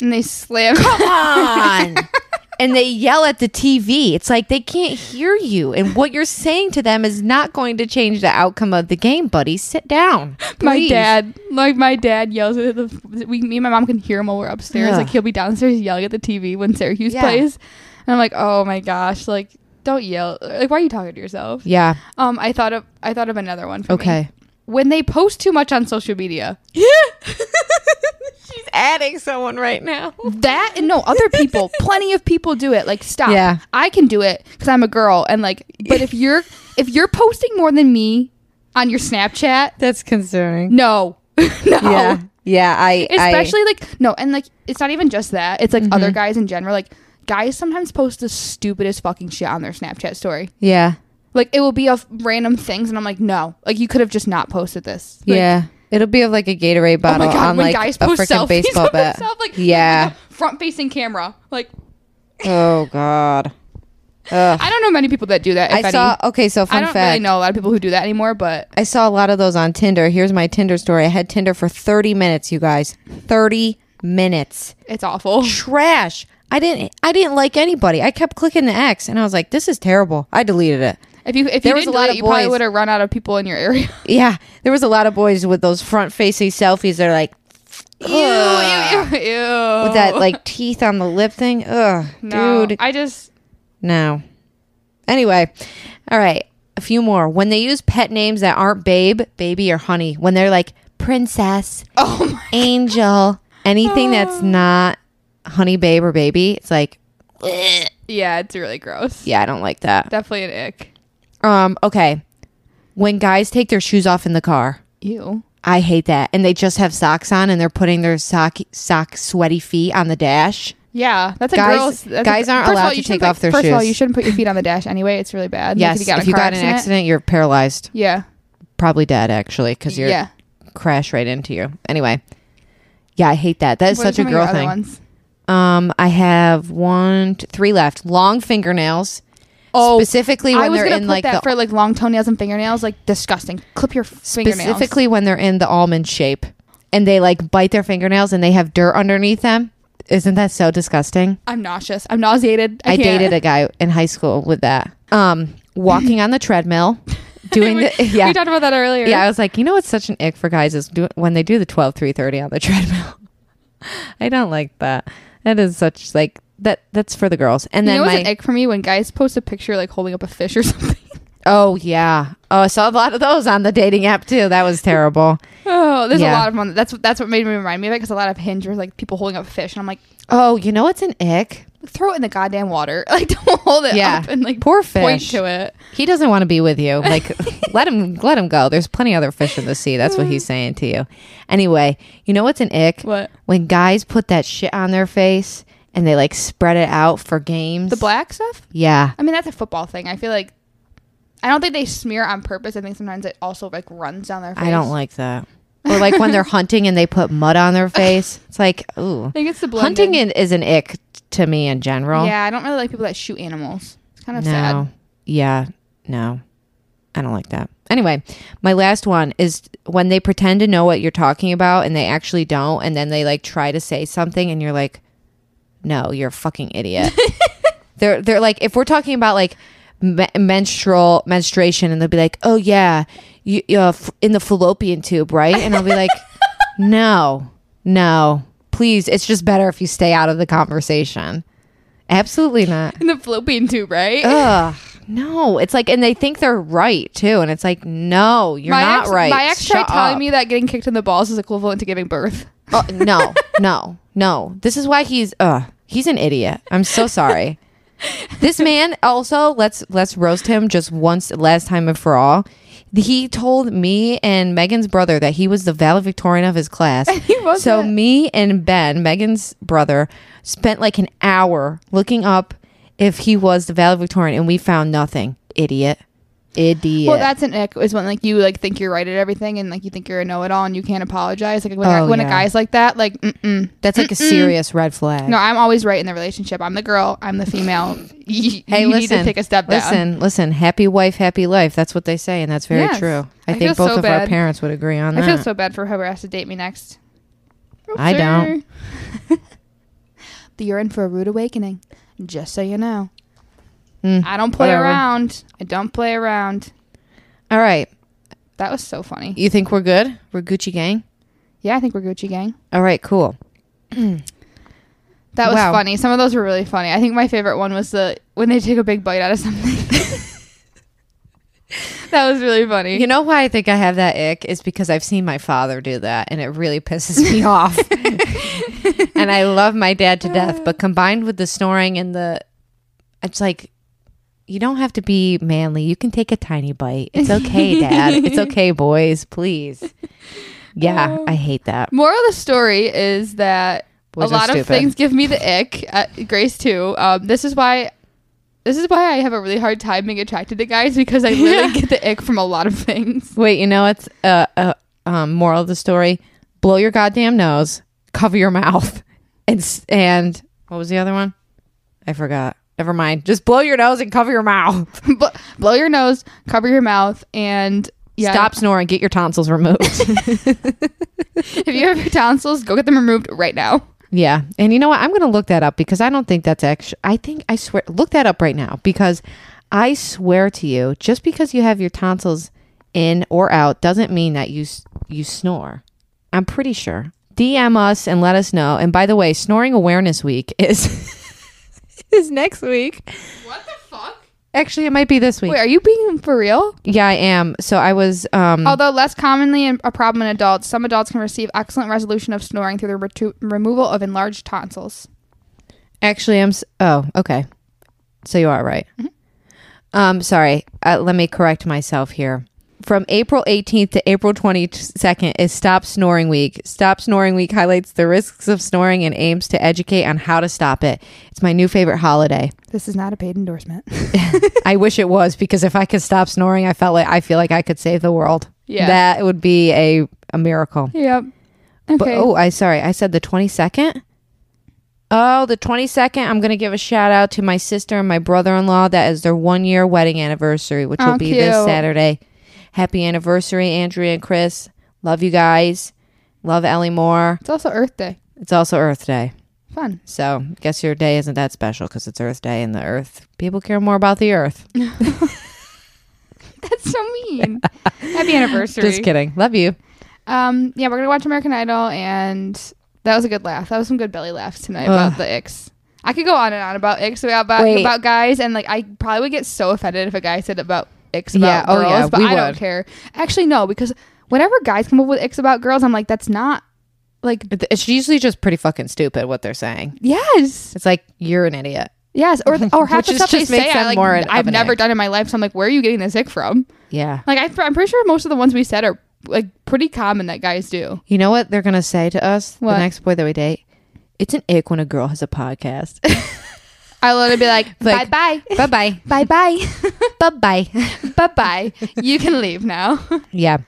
[SPEAKER 1] And they slam.
[SPEAKER 2] Come on! and they yell at the TV. It's like they can't hear you. And what you're saying to them is not going to change the outcome of the game, buddy. Sit down.
[SPEAKER 1] My
[SPEAKER 2] please.
[SPEAKER 1] dad, like my dad, yells at the. We, me and my mom can hear him while we're upstairs.
[SPEAKER 2] Ugh.
[SPEAKER 1] Like he'll be downstairs yelling at the TV when Syracuse
[SPEAKER 2] Yeah.
[SPEAKER 1] plays, and I'm like, oh my gosh, like don't yell. Like why are you talking to yourself?
[SPEAKER 2] Yeah.
[SPEAKER 1] Um, I thought of I thought of another one. For me.
[SPEAKER 2] Okay.
[SPEAKER 1] When they post too much on social media,
[SPEAKER 2] She's adding someone right now.
[SPEAKER 1] that and no other people, plenty of people do it. Like stop.
[SPEAKER 2] Yeah.
[SPEAKER 1] I can do it because I'm a girl, and like, but if you're if you're posting more than me on your Snapchat,
[SPEAKER 2] That's concerning.
[SPEAKER 1] no, no.
[SPEAKER 2] Yeah. Yeah. I Mm-hmm. I,
[SPEAKER 1] especially like no and like it's not even just that it's like other guys in general like guys sometimes post the stupidest fucking shit on their snapchat story
[SPEAKER 2] yeah.
[SPEAKER 1] like it will be of random things and i'm like no like you could have just not posted this Like,
[SPEAKER 2] yeah. It'll be of like a Gatorade
[SPEAKER 1] oh
[SPEAKER 2] bottle
[SPEAKER 1] my god
[SPEAKER 2] on
[SPEAKER 1] when
[SPEAKER 2] like
[SPEAKER 1] guys
[SPEAKER 2] a
[SPEAKER 1] post
[SPEAKER 2] freaking
[SPEAKER 1] selfies
[SPEAKER 2] baseball
[SPEAKER 1] of
[SPEAKER 2] bat.
[SPEAKER 1] themself, like
[SPEAKER 2] yeah.
[SPEAKER 1] front facing camera like
[SPEAKER 2] oh god. Ugh.
[SPEAKER 1] i don't know many people that do that if
[SPEAKER 2] I
[SPEAKER 1] any.
[SPEAKER 2] saw. Okay, so
[SPEAKER 1] i
[SPEAKER 2] fun
[SPEAKER 1] don't
[SPEAKER 2] fact.
[SPEAKER 1] really know a lot of people who do that anymore but
[SPEAKER 2] I saw a lot of those on Tinder. Here's my Tinder story. I had Tinder for 30 minutes, you guys. 30 minutes.
[SPEAKER 1] it's awful
[SPEAKER 2] Trash. I didn't. I didn't like anybody. I kept clicking the X, and I was like, "This is terrible." I deleted it.
[SPEAKER 1] if you if
[SPEAKER 2] There
[SPEAKER 1] you
[SPEAKER 2] was
[SPEAKER 1] didn't
[SPEAKER 2] a lot
[SPEAKER 1] do it
[SPEAKER 2] of
[SPEAKER 1] you probably
[SPEAKER 2] boys.
[SPEAKER 1] would have run out of people in your area
[SPEAKER 2] Yeah, there was a lot of boys with those front-facing selfies. They're like,
[SPEAKER 1] ew, ew, ew, ew.
[SPEAKER 2] with that like teeth on the lip thing. Ugh,
[SPEAKER 1] no,
[SPEAKER 2] dude.
[SPEAKER 1] i just
[SPEAKER 2] No. Anyway, all right, a few more. When they use pet names that aren't babe, baby, or honey, when they're like princess,
[SPEAKER 1] oh my
[SPEAKER 2] angel, anything that's
[SPEAKER 1] Ah.
[SPEAKER 2] not honey, babe, or baby, it's like, "Bleh."
[SPEAKER 1] Yeah, it's really gross.
[SPEAKER 2] yeah, I don't like that.
[SPEAKER 1] Definitely an ick.
[SPEAKER 2] Um, okay. When guys take their shoes off in the car,
[SPEAKER 1] Ew.
[SPEAKER 2] I hate that. And they just have socks on and they're putting their sock, sock sweaty feet on the dash.
[SPEAKER 1] Yeah, that's a
[SPEAKER 2] Guys-
[SPEAKER 1] girl's. That's
[SPEAKER 2] guys
[SPEAKER 1] a,
[SPEAKER 2] aren't
[SPEAKER 1] first of
[SPEAKER 2] allowed to
[SPEAKER 1] you shouldn't
[SPEAKER 2] take off
[SPEAKER 1] put-
[SPEAKER 2] their
[SPEAKER 1] First of all,
[SPEAKER 2] shoes.
[SPEAKER 1] you shouldn't put your feet on the dash anyway. It's really bad. Like,
[SPEAKER 2] Yes.
[SPEAKER 1] if you got, in
[SPEAKER 2] if
[SPEAKER 1] a
[SPEAKER 2] you
[SPEAKER 1] car
[SPEAKER 2] got in an accident, you're paralyzed.
[SPEAKER 1] Yeah.
[SPEAKER 2] Probably dead, actually, because you're
[SPEAKER 1] yeah.
[SPEAKER 2] crash right into you. Anyway, yeah, I hate that. That is
[SPEAKER 1] What are
[SPEAKER 2] such a
[SPEAKER 1] some of your
[SPEAKER 2] girl
[SPEAKER 1] other
[SPEAKER 2] thing.
[SPEAKER 1] ones?
[SPEAKER 2] Um, I have one, t- three left. Long fingernails.
[SPEAKER 1] Oh,
[SPEAKER 2] specifically
[SPEAKER 1] I
[SPEAKER 2] when
[SPEAKER 1] was
[SPEAKER 2] they're
[SPEAKER 1] gonna
[SPEAKER 2] in
[SPEAKER 1] put
[SPEAKER 2] like
[SPEAKER 1] that
[SPEAKER 2] the
[SPEAKER 1] for like long toenails and fingernails. Like disgusting. Clip your fingernails.
[SPEAKER 2] specifically when they're in the almond shape, and they like bite their fingernails and they have dirt underneath them. Isn't that so disgusting?
[SPEAKER 1] I'm nauseous. I'm nauseated. I,
[SPEAKER 2] I,
[SPEAKER 1] can't.
[SPEAKER 2] dated a guy in high school with that. Um, walking on the treadmill. doing
[SPEAKER 1] we,
[SPEAKER 2] the yeah
[SPEAKER 1] we talked about that earlier.
[SPEAKER 2] yeah. I was like, you know what's such an ick for guys is do, when they do the 12, 330 on the treadmill. I don't like that. That is such like that. That's for the girls.
[SPEAKER 1] And
[SPEAKER 2] And then
[SPEAKER 1] you know what's
[SPEAKER 2] my
[SPEAKER 1] an ick for me when guys post a picture like holding up a fish or something.
[SPEAKER 2] oh yeah oh I saw a lot of those on the dating app too. That was terrible.
[SPEAKER 1] Oh, there's
[SPEAKER 2] Yeah.
[SPEAKER 1] a lot of them. On that's what that's what made me remind me of it because a lot of hinge are like people holding up fish, and I'm like,
[SPEAKER 2] oh, you know what's an ick?
[SPEAKER 1] throw it in the goddamn water. Like, don't hold it
[SPEAKER 2] Yeah.
[SPEAKER 1] up and like
[SPEAKER 2] Poor
[SPEAKER 1] point
[SPEAKER 2] fish.
[SPEAKER 1] to it.
[SPEAKER 2] He doesn't want to be with you. Like let him let him go. There's plenty other fish in the sea. That's what he's saying to you. Anyway, you know what's an ick?
[SPEAKER 1] What?
[SPEAKER 2] When guys put that shit on their face and they like spread it out for games.
[SPEAKER 1] The black stuff.
[SPEAKER 2] Yeah.
[SPEAKER 1] I mean, that's a football thing. I feel like I don't think they smear on purpose. I think sometimes it also like runs down their face.
[SPEAKER 2] I don't like that. Or like when they're hunting and they put mud on their face. It's like, ooh.
[SPEAKER 1] I think it's the blending.
[SPEAKER 2] Hunting in- is an ick to me in general.
[SPEAKER 1] Yeah, I don't really like people that shoot animals. It's kind
[SPEAKER 2] No.
[SPEAKER 1] of sad.
[SPEAKER 2] Yeah. No. I don't like that. Anyway, my last one is when they pretend to know what you're talking about and they actually don't and then they like try to say something and you're like, "No, you're a fucking idiot." they're they're like if we're talking about like me- menstrual menstruation and they'll be like, "Oh yeah, you you're f- in the fallopian tube, right?" And I'll be like, "No. No. Please, it's just better if you stay out of the conversation." Absolutely not.
[SPEAKER 1] In the fallopian tube, right?
[SPEAKER 2] Ugh, no. It's like, and they think they're right too, and it's like, no, you're
[SPEAKER 1] my
[SPEAKER 2] not
[SPEAKER 1] ex,
[SPEAKER 2] right.
[SPEAKER 1] My ex
[SPEAKER 2] Shut
[SPEAKER 1] tried telling
[SPEAKER 2] up.
[SPEAKER 1] me that getting kicked in the balls is equivalent to giving birth.
[SPEAKER 2] Oh, no, no, no. This is why he's, uh, he's an idiot. I'm so sorry. this man also let's let's roast him just once, last time and for all. He told me and Megan's brother that he was the valedictorian of his class.
[SPEAKER 1] He wasn't.
[SPEAKER 2] So me and Ben, Megan's brother, spent like an hour looking up if he was the valedictorian, and we found nothing. Idiot, idiot.
[SPEAKER 1] Well, that's an ick. Is when like you like think you're right at everything, and like you think you're a know-it-all, and you can't apologize. Like when, a-
[SPEAKER 2] Oh,
[SPEAKER 1] when
[SPEAKER 2] yeah.
[SPEAKER 1] a guy's like that, like mm-mm.
[SPEAKER 2] That's like a serious red flag.
[SPEAKER 1] no, I'm always right in the relationship. I'm the girl. I'm the female. you,
[SPEAKER 2] hey,
[SPEAKER 1] you
[SPEAKER 2] listen.
[SPEAKER 1] need to take a step down.
[SPEAKER 2] Listen, listen. Happy wife, happy life. That's what they say, and that's very
[SPEAKER 1] Yes.
[SPEAKER 2] true.
[SPEAKER 1] I
[SPEAKER 2] I, think
[SPEAKER 1] feel
[SPEAKER 2] both
[SPEAKER 1] so
[SPEAKER 2] of our
[SPEAKER 1] bad.
[SPEAKER 2] parents would agree on
[SPEAKER 1] I
[SPEAKER 2] that.
[SPEAKER 1] feel so bad for whoever has to date me next.
[SPEAKER 2] I don't.
[SPEAKER 1] You're in for a rude awakening. Just so you know,
[SPEAKER 2] Mm.
[SPEAKER 1] I don't play
[SPEAKER 2] Whatever.
[SPEAKER 1] around. I don't play around.
[SPEAKER 2] All right,
[SPEAKER 1] That was so funny.
[SPEAKER 2] you think we're good? We're Gucci gang.
[SPEAKER 1] Yeah, I think we're Gucci gang.
[SPEAKER 2] All right, cool.
[SPEAKER 1] That was
[SPEAKER 2] Wow.
[SPEAKER 1] funny. Some of those were really funny. I think my favorite one was the when they take a big bite out of something. that was really funny.
[SPEAKER 2] You know why I think I have that ick is because I've seen my father do that and it really pisses me off. and I love my dad to death, but combined with the snoring and the it's like you don't have to be manly. You can take a tiny bite. It's okay, dad. it's okay, boys, please. Yeah, I hate that.
[SPEAKER 1] Moral of the story is that
[SPEAKER 2] Boys
[SPEAKER 1] a
[SPEAKER 2] are
[SPEAKER 1] lot of
[SPEAKER 2] stupid.
[SPEAKER 1] things give me the ick. Uh, Grace too. Um, this is why. This is why I have a really hard time being attracted to guys because I literally get the ick from a lot of things.
[SPEAKER 2] Wait, you know what's uh, uh um moral of the story? Blow your goddamn nose, cover your mouth, and s- and what was the other one? I forgot. Never mind. Just blow your nose and cover your mouth.
[SPEAKER 1] Bl- Blow your nose, cover your mouth, and yeah.
[SPEAKER 2] Stop snoring. Get your tonsils removed.
[SPEAKER 1] If you have your tonsils, go get them removed right now.
[SPEAKER 2] yeah, and you know what? I'm gonna look that up because I don't think that's actually. I think I swear. Look that up right now because I swear to you, just because you have your tonsils in or out doesn't mean that you s- you snore. I'm pretty sure. DM us and let us know. And by the way, Snoring Awareness Week is is next week.
[SPEAKER 1] What the fuck?
[SPEAKER 2] Actually, it might be this week.
[SPEAKER 1] Wait, are you being for real?
[SPEAKER 2] Yeah, I am. So I was um
[SPEAKER 1] Although less commonly in- a problem in adults, some adults can receive excellent resolution of snoring through the retu- removal of enlarged tonsils.
[SPEAKER 2] actually I'm s- oh, okay. So you are right. Um sorry. Uh, let me correct myself here. From April 18th to April 22nd is Stop Snoring Week. Stop Snoring Week highlights the risks of snoring and aims to educate on how to stop it. It's my new favorite holiday.
[SPEAKER 1] This is not a paid endorsement.
[SPEAKER 2] I wish it was because if I could stop snoring, I felt like I feel like I could save the world.
[SPEAKER 1] Yeah.
[SPEAKER 2] that would be a a miracle.
[SPEAKER 1] yep.
[SPEAKER 2] But
[SPEAKER 1] Okay.
[SPEAKER 2] oh, I sorry, I said the twenty second. Oh, the twenty second. I'm gonna give a shout out to my sister and my brother in law. That is their one year wedding anniversary, which will
[SPEAKER 1] Aw,
[SPEAKER 2] be this
[SPEAKER 1] Oh, cute.
[SPEAKER 2] Saturday. Happy anniversary, Andrea and Chris. Love you guys. Love Ellie Moore.
[SPEAKER 1] It's also Earth Day.
[SPEAKER 2] It's also Earth Day.
[SPEAKER 1] Fun.
[SPEAKER 2] So, guess your day isn't that special because it's Earth Day and the Earth. People care more about the Earth.
[SPEAKER 1] That's so mean. Happy anniversary.
[SPEAKER 2] Just kidding. Love you.
[SPEAKER 1] Um, yeah, we're gonna watch American Idol, and that was a good laugh. That was some good belly laughs tonight about
[SPEAKER 2] Ugh.
[SPEAKER 1] the icks. I could go on and on about icks about about,
[SPEAKER 2] Wait.
[SPEAKER 1] about guys, and like I probably would get so offended if a guy said about icks about
[SPEAKER 2] Yeah, oh
[SPEAKER 1] girls,
[SPEAKER 2] yeah,
[SPEAKER 1] but
[SPEAKER 2] we
[SPEAKER 1] I don't
[SPEAKER 2] would.
[SPEAKER 1] care. Actually, no, because whenever guys come up with icks about girls, I'm like, that's not like
[SPEAKER 2] It- It's usually just pretty fucking stupid what they're saying.
[SPEAKER 1] yes,
[SPEAKER 2] It's like you're an idiot.
[SPEAKER 1] yes, or or half
[SPEAKER 2] Which
[SPEAKER 1] the
[SPEAKER 2] is-
[SPEAKER 1] stuff they
[SPEAKER 2] just makes
[SPEAKER 1] say, I,
[SPEAKER 2] them
[SPEAKER 1] like
[SPEAKER 2] more an-
[SPEAKER 1] I've
[SPEAKER 2] of an
[SPEAKER 1] never
[SPEAKER 2] ick.
[SPEAKER 1] done in my life. So I'm like, where are you getting this ick from?
[SPEAKER 2] Yeah.
[SPEAKER 1] Like I, I'm pretty sure most of the ones we said are like pretty common that guys do.
[SPEAKER 2] You know what they're gonna say to us
[SPEAKER 1] What?
[SPEAKER 2] the next boy that we date? It's an ick when a girl has a podcast.
[SPEAKER 1] I literally be like,
[SPEAKER 2] Like-
[SPEAKER 1] bye bye,
[SPEAKER 2] bye bye.
[SPEAKER 1] bye bye.
[SPEAKER 2] Bye bye.
[SPEAKER 1] bye bye. You can leave now.
[SPEAKER 2] Yeah.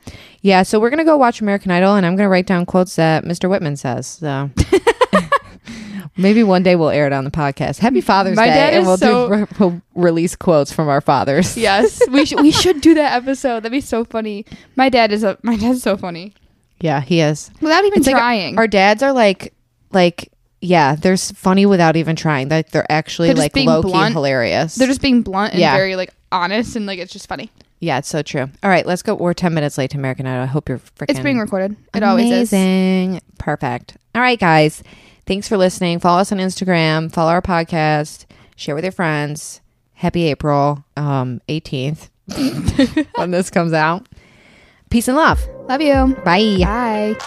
[SPEAKER 2] Yeah. So we're gonna go watch American Idol and I'm gonna write down quotes that Mr. Whitman says. So maybe one day we'll air it on the podcast. Happy Father's
[SPEAKER 1] My
[SPEAKER 2] Day.
[SPEAKER 1] dad
[SPEAKER 2] and
[SPEAKER 1] is
[SPEAKER 2] we'll
[SPEAKER 1] so-
[SPEAKER 2] do re- we'll release quotes from our fathers.
[SPEAKER 1] yes, we should we should do that episode. That'd be so funny. My dad is a my dad's so funny
[SPEAKER 2] Yeah, he is.
[SPEAKER 1] without even
[SPEAKER 2] It's like a-
[SPEAKER 1] trying.
[SPEAKER 2] Our dads are like like yeah, they're s- funny without even trying. Like they're actually
[SPEAKER 1] They're just
[SPEAKER 2] like
[SPEAKER 1] being
[SPEAKER 2] low key
[SPEAKER 1] blunt.
[SPEAKER 2] hilarious.
[SPEAKER 1] They're just being blunt and
[SPEAKER 2] Yeah.
[SPEAKER 1] very like honest and like it's just funny.
[SPEAKER 2] yeah, it's so true. All right, let's go. We're ten minutes late to American Idol. I hope you're freaking.
[SPEAKER 1] It's being recorded. It always is.
[SPEAKER 2] Amazing. Perfect. All right, guys. Thanks for listening. Follow us on Instagram. Follow our podcast. Share with your friends. Happy April um, 18th when this comes out. Peace and love.
[SPEAKER 1] Love you.
[SPEAKER 2] Bye.
[SPEAKER 1] Bye.